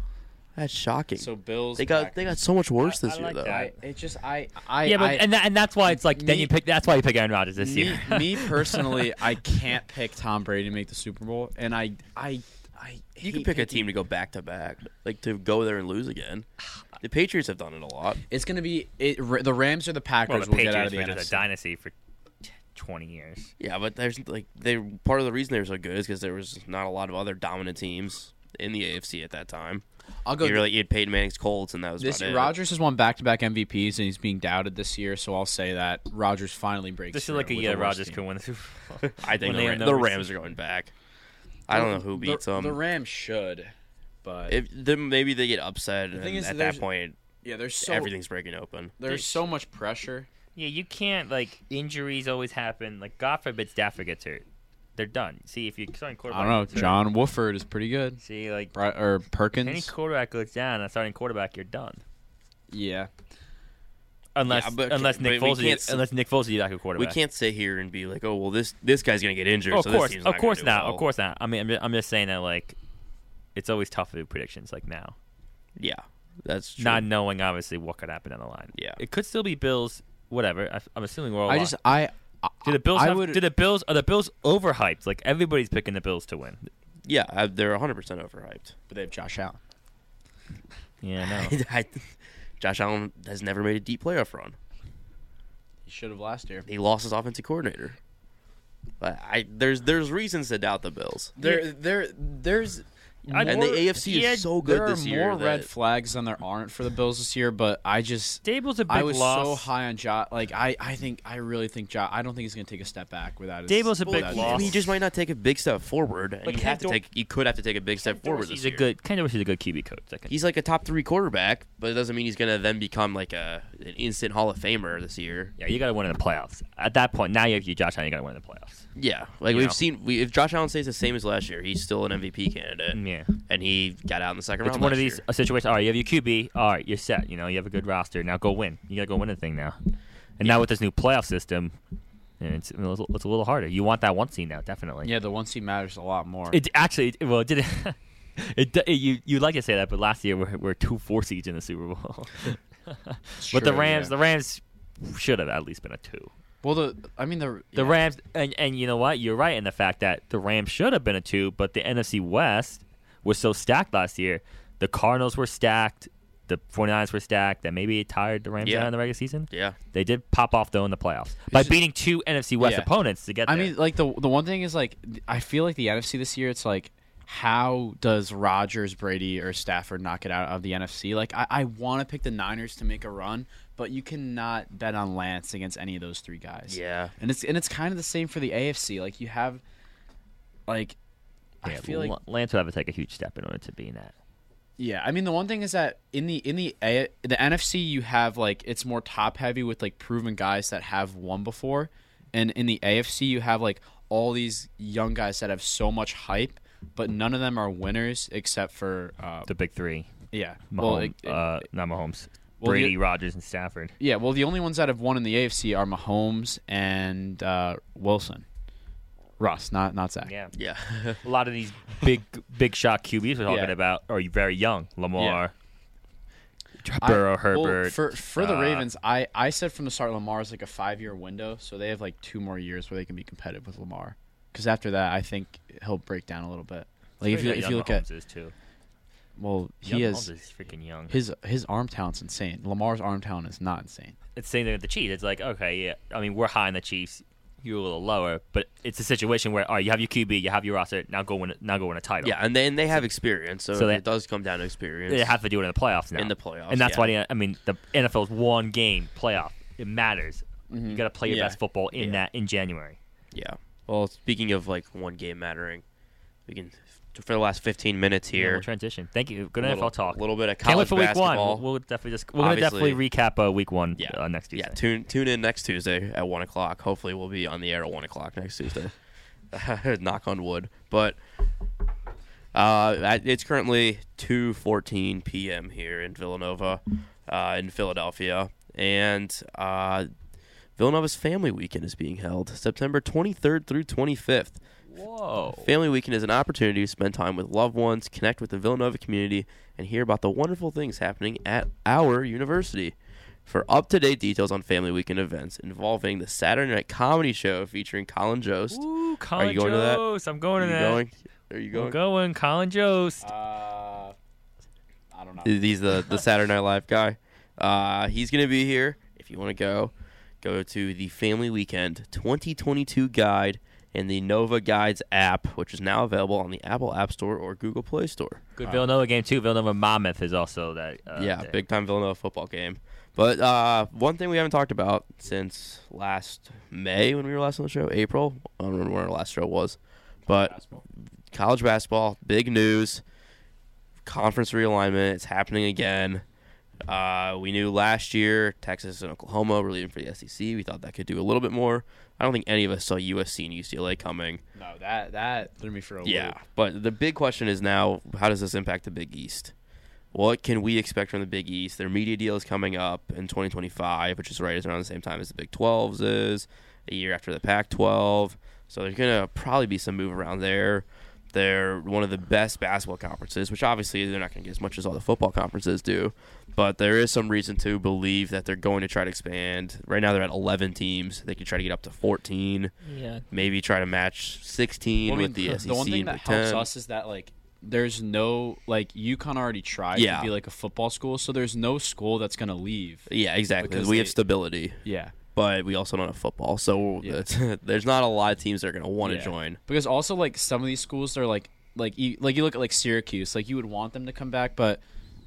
Speaker 3: That's shocking.
Speaker 2: So Bills
Speaker 3: they got
Speaker 2: Packers.
Speaker 3: they got so much worse
Speaker 1: I-
Speaker 3: this
Speaker 1: I
Speaker 3: year
Speaker 1: like
Speaker 3: though.
Speaker 1: that.
Speaker 2: I, it just I I
Speaker 1: Yeah, but
Speaker 2: I,
Speaker 1: and that, and that's why it's like then
Speaker 2: Me-
Speaker 1: you pick. That's why you pick Aaron Rodgers this
Speaker 2: me,
Speaker 1: year.
Speaker 2: me personally, I can't pick Tom Brady to make the Super Bowl, and I I I
Speaker 3: You can
Speaker 2: hate
Speaker 3: pick a
Speaker 2: picking-
Speaker 3: team to go back to back, like to go there and lose again. The Patriots have done it a lot.
Speaker 2: It's gonna be it, r- the Rams or the Packers
Speaker 1: well, the
Speaker 2: will get out of
Speaker 1: Patriots
Speaker 2: the
Speaker 1: were just a
Speaker 2: NFC.
Speaker 1: dynasty for t- twenty years.
Speaker 3: Yeah, but there's like they part of the reason they were so good is because there was not a lot of other dominant teams. in the AFC at that time.
Speaker 2: I'll go.
Speaker 3: You really you had Peyton Manning's Colts, and that was
Speaker 2: this
Speaker 3: about it.
Speaker 2: Rodgers has won back-to-back MVPs, and he's being doubted this year. So I'll say that Rodgers finally breaks.
Speaker 1: This is
Speaker 2: through
Speaker 1: like a
Speaker 2: with
Speaker 1: year
Speaker 2: worse
Speaker 1: Rodgers
Speaker 2: team.
Speaker 1: can win the Super Bowl.
Speaker 3: I think
Speaker 1: when they
Speaker 3: the, Ram-
Speaker 1: had
Speaker 3: the
Speaker 1: no
Speaker 3: Rams are going back. I don't know who
Speaker 2: The-
Speaker 3: beats them.
Speaker 2: The Rams should, but
Speaker 3: if then maybe they get upset, and
Speaker 2: thing is
Speaker 3: at
Speaker 2: there's-
Speaker 3: that point,
Speaker 2: yeah, there's so
Speaker 3: everything's breaking open.
Speaker 2: there's so much pressure.
Speaker 1: yeah, you can't like injuries always happen. Like God forbid Stafford gets hurt, they're done. See if you starting
Speaker 2: I
Speaker 1: quarterback.
Speaker 2: don't know.
Speaker 1: gets hurt,
Speaker 2: John Wolford is pretty good,
Speaker 1: See like
Speaker 2: Bri- or
Speaker 1: if any
Speaker 2: Perkins.
Speaker 1: quarterback goes down, a starting quarterback, you're done.
Speaker 2: Yeah,
Speaker 1: Unless
Speaker 3: Yeah, but-
Speaker 1: unless Nick
Speaker 3: but we
Speaker 1: Foles
Speaker 3: can't
Speaker 1: is,
Speaker 3: s-
Speaker 1: unless Nick Foles is your backup
Speaker 3: We
Speaker 1: quarterback.
Speaker 3: can't sit here and be like, oh well, this this guy's going to get injured.
Speaker 1: Oh, of
Speaker 3: so
Speaker 1: course,
Speaker 3: this team's
Speaker 1: of
Speaker 3: not gonna
Speaker 1: course
Speaker 3: do
Speaker 1: not,
Speaker 3: well.
Speaker 1: of course not. I mean, I'm just, I'm just saying that like, it's always tough to do predictions like now,
Speaker 3: Yeah, that's true.
Speaker 1: not knowing obviously what could happen down the line.
Speaker 3: Yeah.
Speaker 1: it could still be Bills. Whatever. I, am assuming we're all.
Speaker 2: I just I. I
Speaker 1: do the Bills
Speaker 2: I
Speaker 1: have,
Speaker 2: would-
Speaker 1: do the Bills are the Bills overhyped? Like everybody's picking the Bills to win.
Speaker 3: yeah, I, they're 100 percent overhyped.
Speaker 2: but they have Josh Allen.
Speaker 1: Yeah, no.
Speaker 3: I- Josh Allen has never made a deep playoff run.
Speaker 2: He should have last year.
Speaker 3: He lost his offensive coordinator. But I there's there's reasons to doubt the Bills.
Speaker 2: There, there, there's.
Speaker 1: I'd-
Speaker 3: and
Speaker 1: More-
Speaker 3: the AFC
Speaker 1: yeah,
Speaker 3: is so good
Speaker 2: there are
Speaker 3: this year.
Speaker 2: more red
Speaker 3: that-
Speaker 2: flags than there aren't for the Bills this year, but I just
Speaker 1: Dable's a big
Speaker 2: I was
Speaker 1: loss.
Speaker 2: so high on Josh. Like I, I think I really think Josh. I don't think he's going to take a step back without. His,
Speaker 1: Dable's a big
Speaker 2: without
Speaker 3: he-
Speaker 2: his-
Speaker 1: loss.
Speaker 3: He just might not take a big step forward. And
Speaker 1: But
Speaker 3: you
Speaker 1: Ken
Speaker 3: have to
Speaker 1: Dor-
Speaker 3: take you could have to take a big step forward
Speaker 1: He's
Speaker 3: this
Speaker 1: a
Speaker 3: year.
Speaker 1: good kind of he's a good QB coach. That can,
Speaker 3: He's like a top three quarterback, but it doesn't mean he's gonna then become like a an instant Hall of Famer this year.
Speaker 1: yeah, you got to win in the playoffs. At that point, now you have you Josh Allen. You got to win in the playoffs.
Speaker 3: Yeah, like
Speaker 1: You
Speaker 3: we've
Speaker 1: know.
Speaker 3: seen. We, if Josh Allen stays the same as last year, he's still an MVP candidate,
Speaker 1: Mm, Yeah.
Speaker 3: and he got out in the second
Speaker 1: It's
Speaker 3: round.
Speaker 1: one of
Speaker 3: last
Speaker 1: these
Speaker 3: year.
Speaker 1: a situation. All right, you have your QB. All right, you're set. You know, you have a good roster. Now go win. You gotta go win the thing now. And now with this new playoff system, and it's it's a little, it's a little harder. You want that one seed now, definitely.
Speaker 2: Yeah, the one seed matters a lot more.
Speaker 1: It actually, it- well, it didn't. It, d- you you like to say that, but last year we're, we're two four seeds in the Super Bowl. but the
Speaker 2: true,
Speaker 1: Rams,
Speaker 2: yeah.
Speaker 1: the Rams should have at least been a two.
Speaker 2: well, the I mean the
Speaker 1: The
Speaker 2: yeah.
Speaker 1: Rams, and, and you know what? You're right in the fact that the Rams should have been a two, but the NFC West was so stacked last year. The Cardinals were stacked, the 49ers were stacked, that maybe it tired the Rams
Speaker 3: Yeah.
Speaker 1: out in the regular season.
Speaker 3: Yeah,
Speaker 1: They did pop off, though, in the playoffs by
Speaker 2: just-
Speaker 1: beating two NFC West
Speaker 2: Yeah.
Speaker 1: opponents to get
Speaker 2: I
Speaker 1: there.
Speaker 2: mean, like the the one thing is like th- I feel like the NFC this year. It's like how does Rodgers, Brady, or Stafford knock it out of the NFC? Like I, I want to pick the Niners to make a run, but you cannot bet on Lance against any of those three guys.
Speaker 3: yeah.
Speaker 2: and it's and it's kind of the same for the AFC. Like you have, like I
Speaker 1: Yeah,
Speaker 2: feel like
Speaker 1: L- Lance would have to take a huge step in order to be in that.
Speaker 2: yeah. I mean, the one thing is that in the in the A, the NFC, you have like it's more top heavy with like proven guys that have won before, and in the AFC, you have like all these young guys that have so much hype, but none of them are winners except for uh,
Speaker 1: The big three.
Speaker 2: yeah.
Speaker 1: Mahomes,
Speaker 2: Well, it- it-
Speaker 1: uh, not Mahomes.
Speaker 2: Well, the-
Speaker 1: Brady, Rogers, and Stafford.
Speaker 2: yeah. Well, the only ones that have won in the AFC are Mahomes and uh, Wilson, Russ, not not Zach.
Speaker 1: Yeah.
Speaker 3: Yeah.
Speaker 1: A lot of these big big shot QBs we're talking
Speaker 2: Yeah.
Speaker 1: about are very young. Lamar,
Speaker 2: I-
Speaker 1: Burrow,
Speaker 2: well,
Speaker 1: Herbert.
Speaker 2: for for the
Speaker 1: uh,
Speaker 2: Ravens, I, I said from the start Lamar's like a five year window, so they have like two more years where they can be competitive with Lamar. Because after that, I think he'll break down a little bit. Like if you if you look at
Speaker 1: is too.
Speaker 2: well,
Speaker 1: Young
Speaker 2: he
Speaker 1: Mahomes
Speaker 2: is
Speaker 1: is freaking young.
Speaker 2: his his arm talent's insane. Lamar's arm talent is not insane.
Speaker 1: It's same thing with the Chiefs. It's like okay, yeah. I mean, we're high on the Chiefs. You're a little lower, but it's a situation where all right, you have your QB, you have your roster. Now go win. Now go win a title.
Speaker 3: Yeah, and then they have experience, so,
Speaker 1: So
Speaker 3: if
Speaker 1: they-
Speaker 3: it does come down to experience.
Speaker 1: they have to do it in the playoffs now.
Speaker 3: In the playoffs,
Speaker 1: and that's
Speaker 3: yeah.
Speaker 1: why the, I mean the NFL's one game playoff. It matters. You got to play your
Speaker 2: Yeah.
Speaker 1: best football in
Speaker 2: Yeah.
Speaker 1: that in January.
Speaker 3: Yeah. Well, speaking of like one game mattering, we can for the last 15 minutes
Speaker 1: Yeah,
Speaker 3: here.
Speaker 1: we'll transition. Thank you. Good
Speaker 3: little-
Speaker 1: NFL talk.
Speaker 3: A little bit of college
Speaker 1: Can't wait for week
Speaker 3: basketball.
Speaker 1: one. We'll, we'll definitely just we're gonna definitely recap uh, week one
Speaker 3: Yeah.
Speaker 1: uh, next Tuesday.
Speaker 3: yeah, tune tune in next Tuesday at one o'clock. Hopefully, we'll be on the air at one o'clock next Tuesday. Knock on wood, but uh, at- it's currently 2:14 p.m. here in Villanova, uh, in Philadelphia, and uh, Villanova's Family Weekend is being held September 23rd through 25th.
Speaker 1: Whoa.
Speaker 3: Family Weekend is an opportunity to spend time with loved ones, connect with the Villanova community, and hear about the wonderful things happening at our university. For up to date details on Family Weekend events involving the Saturday Night Comedy Show featuring Colin Jost.
Speaker 1: Ooh, Colin
Speaker 3: Are you going to that?
Speaker 1: Jost. I'm going
Speaker 3: Are
Speaker 1: to
Speaker 3: you
Speaker 1: that.
Speaker 3: going? Are you
Speaker 1: I'm
Speaker 3: going?
Speaker 1: going. Colin Jost.
Speaker 2: Uh, I don't know.
Speaker 3: He's the, the Saturday Night Live guy. Uh, he's going to be here. If you want to go, go to the Family Weekend 2022 guide in the Nova Guides app, which is now available on the Apple App Store or Google Play Store.
Speaker 1: Good
Speaker 3: Uh,
Speaker 1: Villanova game too. Villanova Monmouth is also that. Uh,
Speaker 3: yeah,
Speaker 1: day.
Speaker 3: big time Villanova football game. But uh, one thing we haven't talked about since last May when we were last on the show, April, I don't remember when our last show was, but college basketball, big news, conference realignment, it's happening again. Uh, we knew last year Texas and Oklahoma were leaving for the SEC. We thought that could do a little bit more. I don't think any of us saw USC and UCLA coming.
Speaker 2: No, that that threw me for a loop.
Speaker 3: Yeah, but the big question is now: How does this impact the Big East? What can we expect from the Big East? Their media deal is coming up in 2025, which is right around the same time as the Big 12s is, a year after the Pac 12. So there's gonna probably be some move around there. They're one of the best basketball conferences, which obviously they're not going to get as much as all the football conferences do. But there is some reason to believe that they're going to try to expand. Right now, they're at 11 teams. They could try to get up to 14,
Speaker 1: yeah.
Speaker 3: maybe try to match 16
Speaker 2: Well, I mean,
Speaker 3: with the SEC.
Speaker 2: one thing
Speaker 3: and
Speaker 2: that
Speaker 3: Big
Speaker 2: helps
Speaker 3: 10.
Speaker 2: us is that like there's no like UConn already tried
Speaker 3: Yeah.
Speaker 2: to be like a football school, so there's no school that's gonna leave.
Speaker 3: Yeah, exactly.
Speaker 2: Because
Speaker 3: we
Speaker 2: they-
Speaker 3: have stability,
Speaker 2: Yeah,
Speaker 3: but we also don't have football. So
Speaker 2: Yeah.
Speaker 3: it's- there's not a lot of teams that are going to want to
Speaker 2: Yeah.
Speaker 3: join.
Speaker 2: because also like some of these schools they're like like you, like you look at like Syracuse, like you would want them to come back, but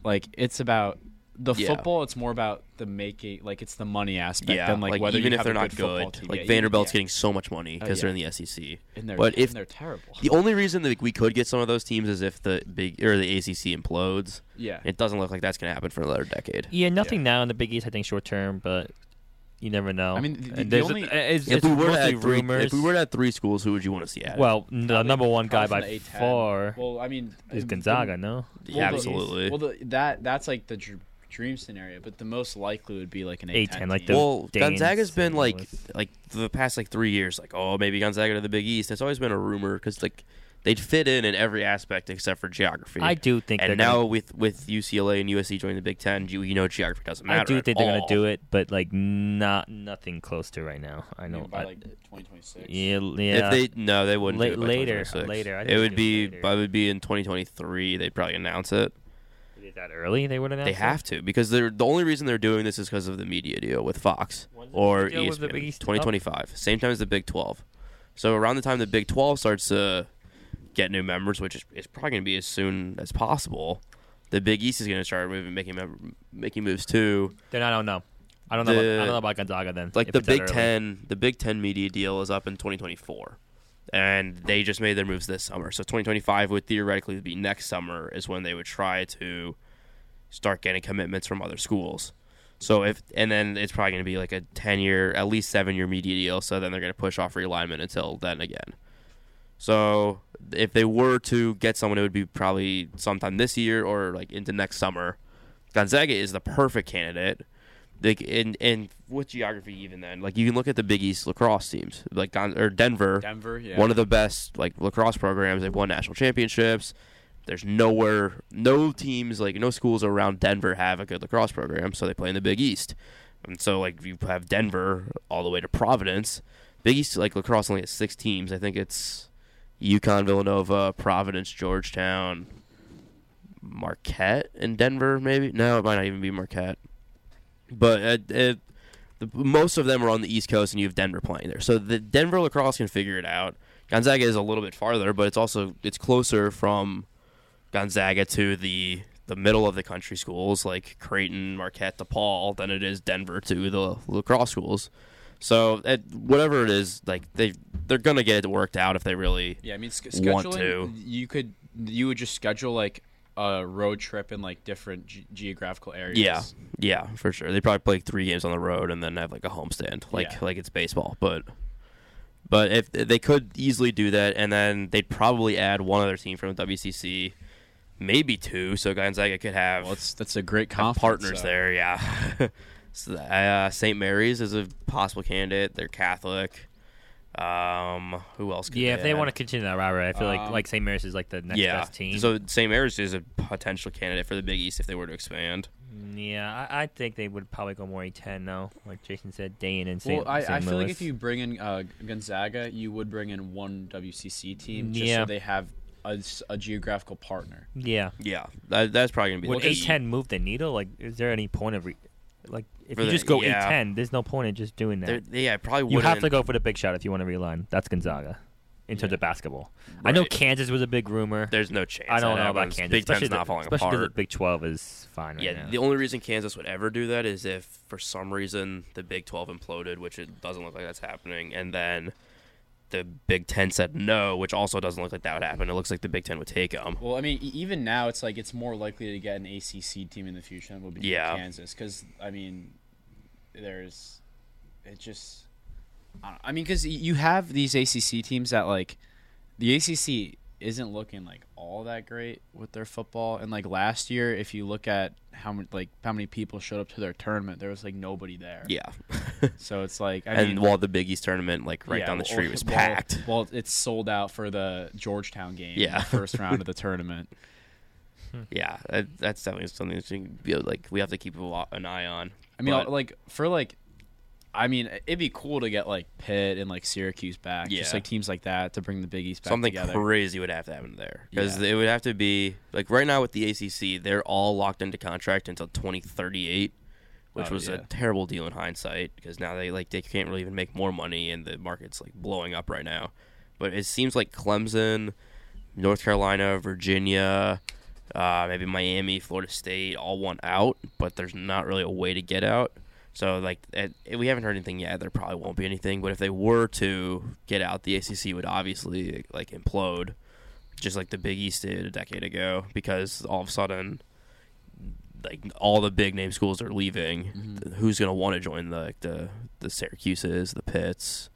Speaker 2: like it's about the
Speaker 3: Yeah.
Speaker 2: football. It's more about the making, like it's the money aspect.
Speaker 3: yeah,
Speaker 2: than, like, whether
Speaker 3: even
Speaker 2: you
Speaker 3: if
Speaker 2: have
Speaker 3: they're
Speaker 2: a
Speaker 3: not
Speaker 2: football
Speaker 3: good,
Speaker 2: team.
Speaker 3: like
Speaker 2: Yeah, even-
Speaker 3: Vanderbilt's
Speaker 2: yeah.
Speaker 3: getting so much money
Speaker 2: Oh,
Speaker 3: because they're in
Speaker 2: yeah.
Speaker 3: the SEC.
Speaker 2: And they're,
Speaker 3: but if-
Speaker 2: and they're terrible.
Speaker 3: The only reason that we could get some of those teams is if the big or the ACC implodes.
Speaker 2: yeah,
Speaker 3: It doesn't look like that's going to happen for another decade.
Speaker 1: Yeah, nothing now in the Big East. I think short term, but you never know.
Speaker 2: I mean, the- the
Speaker 1: And there's- uh,
Speaker 2: only-
Speaker 1: it's,
Speaker 3: If
Speaker 1: it's
Speaker 3: we were to
Speaker 1: mostly
Speaker 3: add three,
Speaker 1: rumors.
Speaker 3: if we were to add three schools, who would you want to see added?
Speaker 1: well, n- the
Speaker 2: Probably-
Speaker 1: number one guy by
Speaker 2: probably from the A10.
Speaker 1: far
Speaker 2: Well, I mean,
Speaker 1: is
Speaker 2: uh,
Speaker 1: Gonzaga. No,
Speaker 2: Well,
Speaker 3: Yeah,
Speaker 2: the-
Speaker 3: absolutely.
Speaker 2: well, the, that that's like the dr- dream scenario, but the most likely would be like an
Speaker 1: A10,
Speaker 2: A10,
Speaker 1: like
Speaker 2: team.
Speaker 1: the-
Speaker 3: well,
Speaker 1: Danes
Speaker 3: Gonzaga's been
Speaker 1: and
Speaker 3: like
Speaker 1: with-
Speaker 3: like the past like three years, like oh maybe Gonzaga to the Big East. It's always been a rumor because like they'd fit in in every aspect except for geography.
Speaker 1: I do think they're
Speaker 3: and now
Speaker 1: gonna,
Speaker 3: with with UCLA and USC joining the Big Ten, you, you know geography doesn't matter.
Speaker 1: I do
Speaker 3: at
Speaker 1: think they're
Speaker 3: all.
Speaker 1: gonna do it, but like not nothing close to right now. I
Speaker 2: I
Speaker 1: know.
Speaker 2: mean,
Speaker 3: uh,
Speaker 2: by
Speaker 1: I-
Speaker 2: like 2026.
Speaker 1: yeah,
Speaker 3: If
Speaker 1: yeah.
Speaker 3: they no, they wouldn't.
Speaker 1: La-
Speaker 3: do it by
Speaker 1: later,
Speaker 3: 2026.
Speaker 1: later. I think
Speaker 3: It
Speaker 1: they'd
Speaker 3: would
Speaker 1: do
Speaker 3: be.
Speaker 1: it later.
Speaker 3: I would be in 2023. They'd probably announce it.
Speaker 1: Is that early, they would announce.
Speaker 3: They have to because they're the only reason they're doing this is because of the media deal with Fox
Speaker 1: When's the
Speaker 3: or E
Speaker 1: media deal with the
Speaker 3: ESPN.
Speaker 1: Big East? Oh.
Speaker 3: 2025, same time as the Big 12. So around the time the Big 12 starts to get new members, which is, is probably going to be as soon as possible, the Big East is going to start moving, making mem- making moves too.
Speaker 1: It. Then I don't know. I don't know. about, I
Speaker 3: The-
Speaker 1: don't know about Gonzaga then.
Speaker 3: Like
Speaker 1: if
Speaker 3: the
Speaker 1: it's that
Speaker 3: Big
Speaker 1: early.
Speaker 3: Ten, the Big Ten media deal is up in 2024, and they just made their moves this summer. So 2025 would theoretically be next summer is when they would try to start getting commitments from other schools. So if and then it's probably going to be like a 10 year, at least seven year media deal. So then they're going to push off realignment until then again. So if they were to get someone, it would be probably sometime this year or like into next summer. Gonzaga is the perfect candidate. Like and and with geography, even then, like you can look at the Big East lacrosse teams, like Gon- or Denver,
Speaker 2: Denver, yeah.
Speaker 3: one of the best like lacrosse programs. They've won national championships. There's nowhere, no teams like no schools around Denver have a good lacrosse program, so they play in the Big East. And so like you have Denver all the way to Providence. Big East like lacrosse only has six teams. I think it's Yukon, Villanova, Providence, Georgetown, Marquette, and Denver. Maybe no, it might not even be Marquette. But it, it, the, most of them are on the East Coast, and you have Denver playing there. So the Denver lacrosse can figure it out. Gonzaga is a little bit farther, but it's also it's closer from Gonzaga to the the middle of the country schools like Creighton, Marquette, DePaul than it is Denver to the lacrosse schools. So at, whatever it is, like they they're gonna get it worked out if they really
Speaker 2: yeah, I mean, sc- scheduling.
Speaker 3: want to.
Speaker 2: You could you would just schedule like a road trip in like different ge- geographical areas.
Speaker 3: Yeah, yeah, for sure. They probably play like, three games on the road and then have like a homestand, like
Speaker 2: Yeah.
Speaker 3: like it's baseball. But but if they could easily do that, and then they'd probably add one other team from the WCC, maybe two, so Gonzaga could have,
Speaker 2: Well, it's, that's a great
Speaker 3: have
Speaker 2: conference.
Speaker 3: partners
Speaker 2: so-
Speaker 3: there. Yeah, so, uh, St. Mary's is a possible candidate. They're Catholic. Um, who else? Could
Speaker 1: Yeah, if they
Speaker 3: add?
Speaker 1: want to continue that rivalry, I feel like
Speaker 2: Um,
Speaker 1: like St. Mary's is like the next
Speaker 3: yeah.
Speaker 1: best team.
Speaker 3: So St. Mary's is a potential candidate for the Big East if they were to expand.
Speaker 1: yeah, I, I think they would probably go more E10 now. Like Jason said, Dane and St.
Speaker 2: Well, I, I
Speaker 1: St.
Speaker 2: feel like
Speaker 1: Louis.
Speaker 2: if you bring in uh, Gonzaga, you would bring in one WCC team just
Speaker 1: Yeah.
Speaker 2: so they have a, s- a geographical partner.
Speaker 1: yeah,
Speaker 3: Yeah, that, that's probably gonna be.
Speaker 1: would
Speaker 3: the key.
Speaker 1: A10 move the needle? Like, is there any point of re- like if
Speaker 3: For
Speaker 1: you
Speaker 3: the-
Speaker 1: just go
Speaker 3: yeah.
Speaker 1: A10, there's no point in just doing that.
Speaker 3: They're- yeah, it probably
Speaker 1: You
Speaker 3: wouldn't.
Speaker 1: have to go for the big shot if you want to realign. That's Gonzaga. in terms
Speaker 2: Yeah.
Speaker 1: of basketball. I know
Speaker 3: Right.
Speaker 1: Kansas was a big rumor.
Speaker 3: There's no chance.
Speaker 1: I don't
Speaker 3: that
Speaker 1: know about
Speaker 3: happens.
Speaker 1: Kansas.
Speaker 3: Big
Speaker 1: especially
Speaker 3: Ten's not
Speaker 1: the-
Speaker 3: falling
Speaker 1: especially 'cause
Speaker 3: apart.
Speaker 1: the Big Twelve is fine right
Speaker 3: yeah,
Speaker 1: now.
Speaker 3: the only reason Kansas would ever do that is if for some reason the Big 12 imploded, which it doesn't look like that's happening, and then the Big 10 said no, which also doesn't look like that would happen. It looks like the Big 10 would take them.
Speaker 2: Well, I mean, e- even now it's like it's more likely to get an ACC team in the future than it will be
Speaker 3: Yeah.
Speaker 2: Kansas because I mean, there's it just I, don't, I mean because you have these ACC teams that like the ACC isn't looking like all that great with their football and like last year if you look at how many like how many people showed up to their tournament there was like nobody there
Speaker 3: Yeah.
Speaker 2: so it's like I
Speaker 3: and
Speaker 2: mean,
Speaker 3: while the Big East tournament, like right
Speaker 2: yeah,
Speaker 3: down the
Speaker 2: well-
Speaker 3: street, was
Speaker 2: well-
Speaker 3: packed.
Speaker 2: Well, it's sold out for the Georgetown game,
Speaker 3: Yeah.
Speaker 2: the first round of the tournament.
Speaker 3: Yeah, that, that's definitely something that you can be, like we have to keep a wa- an eye on.
Speaker 2: I mean,
Speaker 3: But-
Speaker 2: like for like, I mean, it'd be cool to get like Pitt and like Syracuse back, just
Speaker 3: Yeah.
Speaker 2: like teams like that to bring the Big East back
Speaker 3: Something
Speaker 2: together.
Speaker 3: crazy would have to happen there because
Speaker 2: Yeah.
Speaker 3: it would have to be like right now with the ACC, they're all locked into contract until 2038, which
Speaker 2: Oh,
Speaker 3: was
Speaker 2: yeah.
Speaker 3: a terrible deal in hindsight because now they like they can't really even make more money and the market's like blowing up right now. But it seems like Clemson, North Carolina, Virginia, uh, maybe Miami, Florida State all want out, but there's not really a way to get out. So like it, it- we haven't heard anything yet. There probably won't be anything. But if they were to get out, the ACC would obviously like implode, just like the Big East did a decade ago, because all of a sudden, like all the big name schools are leaving. Th- Who's gonna want to join the the the Syracuses, the Pitts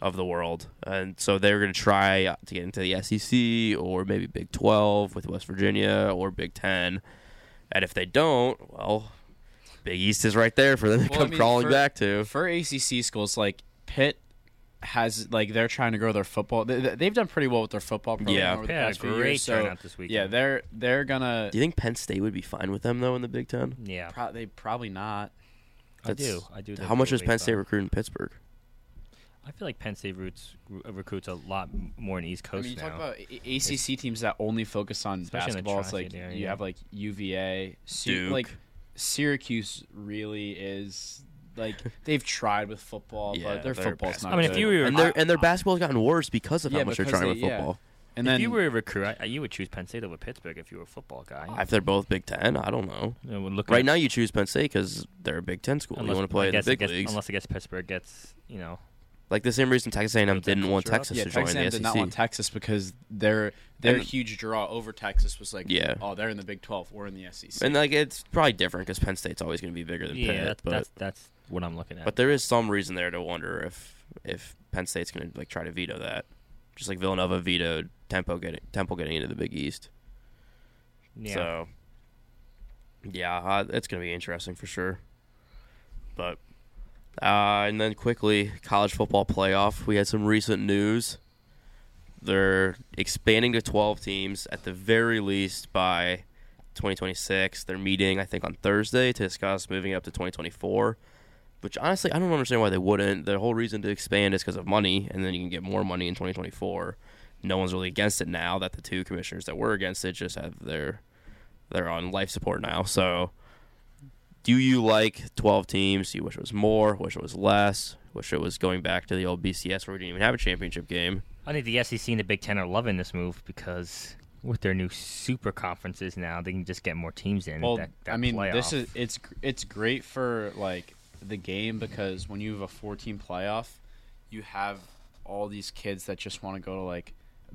Speaker 3: of the world? And so they're gonna try to get into the SEC or maybe Big Twelve with West Virginia or Big Ten. And if they don't, well. Big East is right there for them to
Speaker 2: Well, I
Speaker 3: come
Speaker 2: mean,
Speaker 3: crawling
Speaker 2: for-
Speaker 3: back to.
Speaker 2: for ACC schools, like Pitt has like they're trying to grow their football. They, they- they've done pretty well with their football program
Speaker 3: Yeah.
Speaker 2: over the
Speaker 1: Pitt had a
Speaker 2: past few
Speaker 1: great
Speaker 2: years. So
Speaker 1: turnout this
Speaker 2: yeah,
Speaker 1: weekend.
Speaker 2: they're they're gonna
Speaker 3: Do you think Penn State would be fine with them though in the Big Ten?
Speaker 1: yeah,
Speaker 2: pro- they probably not.
Speaker 1: I
Speaker 3: That's-
Speaker 1: do. I do. think
Speaker 3: How much
Speaker 1: they're
Speaker 3: does Penn
Speaker 1: based
Speaker 3: State
Speaker 1: on-
Speaker 3: recruit in Pittsburgh?
Speaker 1: I feel like Penn State roots, recruits a lot m- more in East
Speaker 2: I
Speaker 1: Coast
Speaker 2: mean, you
Speaker 1: now.
Speaker 2: talk about A- A- ACC teams that only focus on
Speaker 1: Especially in the
Speaker 2: basketball. It's
Speaker 1: tri-state
Speaker 2: like
Speaker 1: area,
Speaker 2: you
Speaker 1: yeah.
Speaker 2: have like UVA, Sy-
Speaker 3: Duke.
Speaker 2: like Syracuse really is like they've tried with football,
Speaker 3: Yeah,
Speaker 2: but their
Speaker 3: their
Speaker 2: football's not.
Speaker 1: I mean, if
Speaker 2: good.
Speaker 1: you were-
Speaker 3: and their and their basketball's gotten worse because of
Speaker 2: Yeah,
Speaker 3: how much they're
Speaker 2: because
Speaker 3: trying with
Speaker 2: they- yeah.
Speaker 3: football.
Speaker 2: and
Speaker 1: if
Speaker 2: then
Speaker 1: you were a recruit, I, you would choose Penn State over Pittsburgh if you were a football guy.
Speaker 3: If they're both Big Ten, I don't know.
Speaker 1: You know, when looking
Speaker 3: Right
Speaker 1: at-
Speaker 3: now, you choose Penn State because they're a Big Ten school. you
Speaker 1: unless-
Speaker 3: want to play
Speaker 1: I
Speaker 3: in the
Speaker 1: guess- I
Speaker 3: big
Speaker 1: guess-
Speaker 3: leagues,
Speaker 1: Unless I guess Pittsburgh gets, you know,
Speaker 3: like the same reason Texas A&M didn't want
Speaker 1: culture up.
Speaker 3: Texas
Speaker 2: yeah,
Speaker 3: to
Speaker 2: Texas
Speaker 3: join
Speaker 2: A&M
Speaker 3: the E
Speaker 2: did
Speaker 3: SEC.
Speaker 2: not want Texas because their their
Speaker 3: And-
Speaker 2: huge draw over Texas was like,
Speaker 3: Yeah.
Speaker 2: oh, they're in the Big Twelve, we're in the E SEC.
Speaker 3: and like it's probably different because Penn State's always going to be bigger than
Speaker 1: yeah,
Speaker 3: Pitt.
Speaker 1: that's,
Speaker 3: but
Speaker 1: that's that's what I'm looking at.
Speaker 3: but there is some reason there to wonder if if Penn State's going to like try to veto that, just like Villanova vetoed Temple getting Temple getting into the Big East.
Speaker 1: yeah.
Speaker 3: So, yeah, uh, it's going to be interesting for sure. But, uh, and then quickly, college football playoff. We had some recent news. They're expanding to 12 teams at the very least by 2026. They're meeting, I think, on Thursday to discuss moving up to 2024. Which honestly, I don't understand why they wouldn't. The whole reason to expand is because of money, and then you can get more money in 2024. No one's really against it now that the two commissioners that were against it just have their they're on life support now. So, do you like 12 teams? Do you wish it was more? Wish it was less? Wish it was going back to the old BCS where we didn't even have a championship game?
Speaker 1: I think the SEC and the Big Ten are loving this move because with their new super conferences now, they can just get more teams in.
Speaker 2: Well,
Speaker 1: that, that
Speaker 2: I mean, this
Speaker 1: playoff.
Speaker 2: is it's gr- it's great for like the game because when you have a four team playoff, you have all these kids that just want to go to like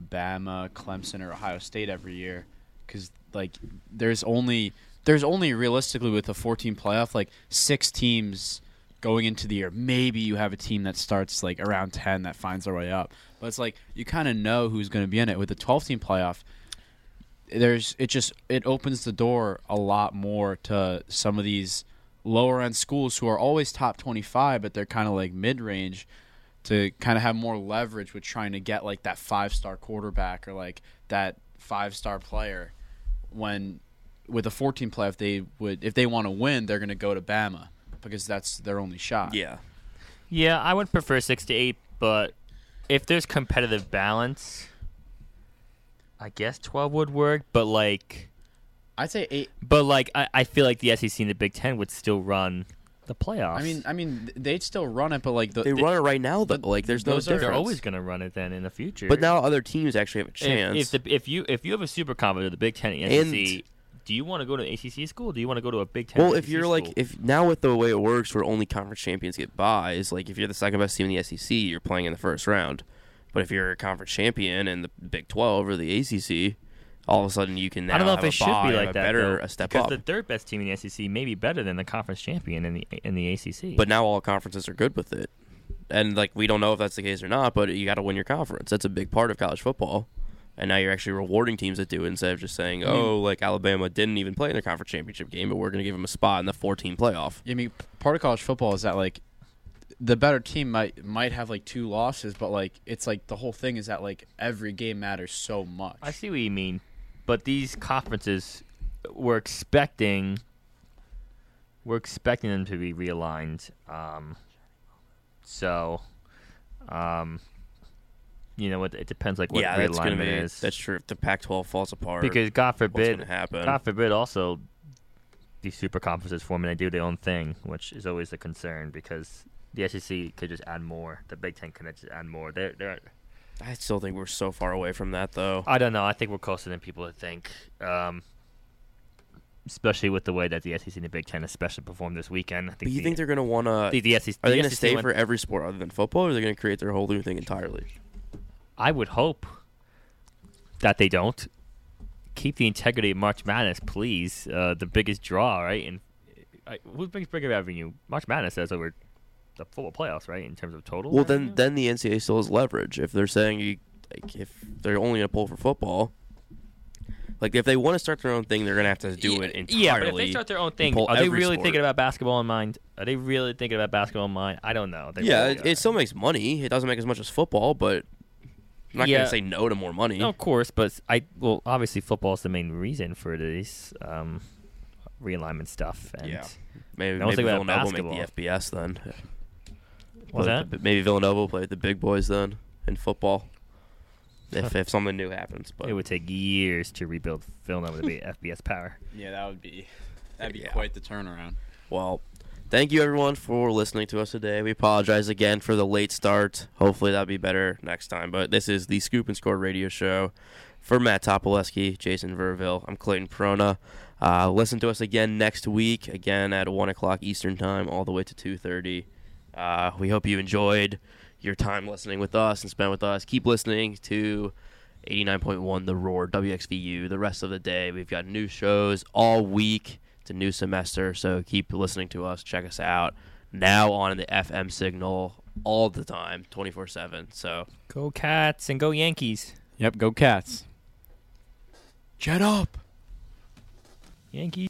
Speaker 2: Bama, Clemson, or Ohio State every year because like there's only there's only realistically with a four team playoff like six teams going into the year. Maybe you have a team that starts like around ten that finds their way up, but it's like you kind of know who's going to be in it with the twelve team playoff there's it just it opens the door a lot more to some of these lower end schools who are always top 25 but they're kind of like mid range to kind of have more leverage with trying to get like that five star quarterback or like that five star player when with a 14 playoff they would if they want to win they're going to go to Bama because that's their only shot.
Speaker 3: Yeah.
Speaker 1: Yeah, I would prefer six to eight, but if there's competitive balance, I guess twelve would work. But like,
Speaker 2: I'd say 8
Speaker 1: E but like, I, I feel like the SEC and the Big Ten would still run the playoffs.
Speaker 2: I mean, I mean, th- they'd still run it, but like the,
Speaker 3: They run it right now though. Like there's no
Speaker 2: those are-
Speaker 3: difference.
Speaker 1: they're always going to run it then in the future.
Speaker 3: but now other teams actually have a
Speaker 1: if,
Speaker 3: chance.
Speaker 1: if, the, if you if you have a super conference, the Big Ten, and
Speaker 3: And-
Speaker 1: SEC, do you want to go to an ACC school? Do you want to go to a Big Ten?
Speaker 3: well,
Speaker 1: or
Speaker 3: if
Speaker 1: ACC
Speaker 3: you're like
Speaker 1: school?
Speaker 3: if now with the way it works, where only conference champions get buys, like if you're the second best team in the SEC, you're playing in the first round. But if you're a conference champion in the Big Twelve or the ACC, all of a sudden you can now
Speaker 1: I don't know if
Speaker 3: have
Speaker 1: it
Speaker 3: a
Speaker 1: should
Speaker 3: bye,
Speaker 1: be
Speaker 3: have
Speaker 1: like
Speaker 3: a
Speaker 1: that.
Speaker 3: better
Speaker 1: though,
Speaker 3: a step
Speaker 1: because
Speaker 3: up.
Speaker 1: the third best team in the SEC may be better than the conference champion in the in the ACC.
Speaker 3: but now all conferences are good with it, and like we don't know if that's the case or not. But you got to win your conference. That's a big part of college football. And now you're actually rewarding teams that do it instead of just saying, "Oh, like Alabama didn't even play in their conference championship game, but we're going to give them a spot in the four-team playoff."
Speaker 2: I mean, p- part of college football is that like the better team might might have like two losses, but like it's like the whole thing is that like every game matters so much.
Speaker 1: I see what you mean, but these conferences we're expecting we're expecting them to be realigned. Um, so, um, you know, it, it depends like what
Speaker 3: yeah, that's gonna
Speaker 1: realignment
Speaker 3: be
Speaker 1: is.
Speaker 3: that's true. If the Pac-12 falls apart,
Speaker 1: because God
Speaker 3: what's
Speaker 1: forbid,
Speaker 3: gonna happen?
Speaker 1: God forbid, also these super conferences form and they do their own thing, which is always a concern because the SEC could just add more, the Big Ten could just add more. They're, they're
Speaker 3: I still think we're so far away from that, though.
Speaker 1: I don't know. I think we're closer than people would think, um, especially with the way that the SEC and the Big Ten especially performed this weekend. I think
Speaker 3: But you
Speaker 1: the,
Speaker 3: think they're gonna wanna?
Speaker 1: the, the SEC
Speaker 3: are they
Speaker 1: the
Speaker 3: gonna
Speaker 1: SEC
Speaker 3: stay
Speaker 1: went-
Speaker 3: for every sport other than football, or are they gonna create their whole new thing entirely?
Speaker 1: I would hope that they don't keep the integrity of March Madness, please. Uh, the biggest draw, right? And uh, who's biggest bigger revenue? March Madness has over the football playoffs, right? In terms of total.
Speaker 3: Well, then
Speaker 1: revenue?
Speaker 3: then the NCAA still has leverage if they're saying you like if they're only gonna pull for football. Like if they want to start their own thing, they're gonna have to do it entirely.
Speaker 1: Yeah, but if they start their own thing,
Speaker 3: pull
Speaker 1: are they
Speaker 3: every
Speaker 1: really
Speaker 3: sport.
Speaker 1: thinking about basketball in mind? Are they really thinking about basketball in mind? I don't know. They
Speaker 3: Yeah,
Speaker 1: really
Speaker 3: it,
Speaker 1: are.
Speaker 3: it still makes money. It doesn't make as much as football, but I'm not
Speaker 1: Yeah.
Speaker 3: gonna say no to more money.
Speaker 1: No, of course, but I well, obviously football is the main reason for these um, realignment stuff. And
Speaker 3: Yeah. Maybe,
Speaker 1: I was thinking
Speaker 3: maybe
Speaker 1: about
Speaker 3: Villanova
Speaker 1: basketball.
Speaker 3: will make the FBS then.
Speaker 1: What's
Speaker 3: Play
Speaker 1: that?
Speaker 3: with the- maybe Villanova will play with the big boys then in football. If, if something new happens, but
Speaker 1: It would take years to rebuild Villanova to be FBS power.
Speaker 2: yeah, that would be that'd be
Speaker 3: Yeah.
Speaker 2: quite the turnaround.
Speaker 3: well, thank you everyone for listening to us today. We apologize again for the late start. Hopefully that'll be better next time. But this is the Scoop and Score Radio Show for Matt Topoleski, Jason Verville. I'm Clayton Perona. Uh, listen to us again next week, again at one o'clock Eastern time, all the way to two thirty. Uh, we hope you enjoyed your time listening with us and spent with us. Keep listening to 89.1 The Roar, WXVU, the rest of the day. We've got new shows all week. It's a new semester, so keep listening to us. Check us out now on the FM signal all the time, 24 7. So
Speaker 1: Go Cats and go Yankees.
Speaker 2: Yep, go cats. Jet up.
Speaker 1: Yankees.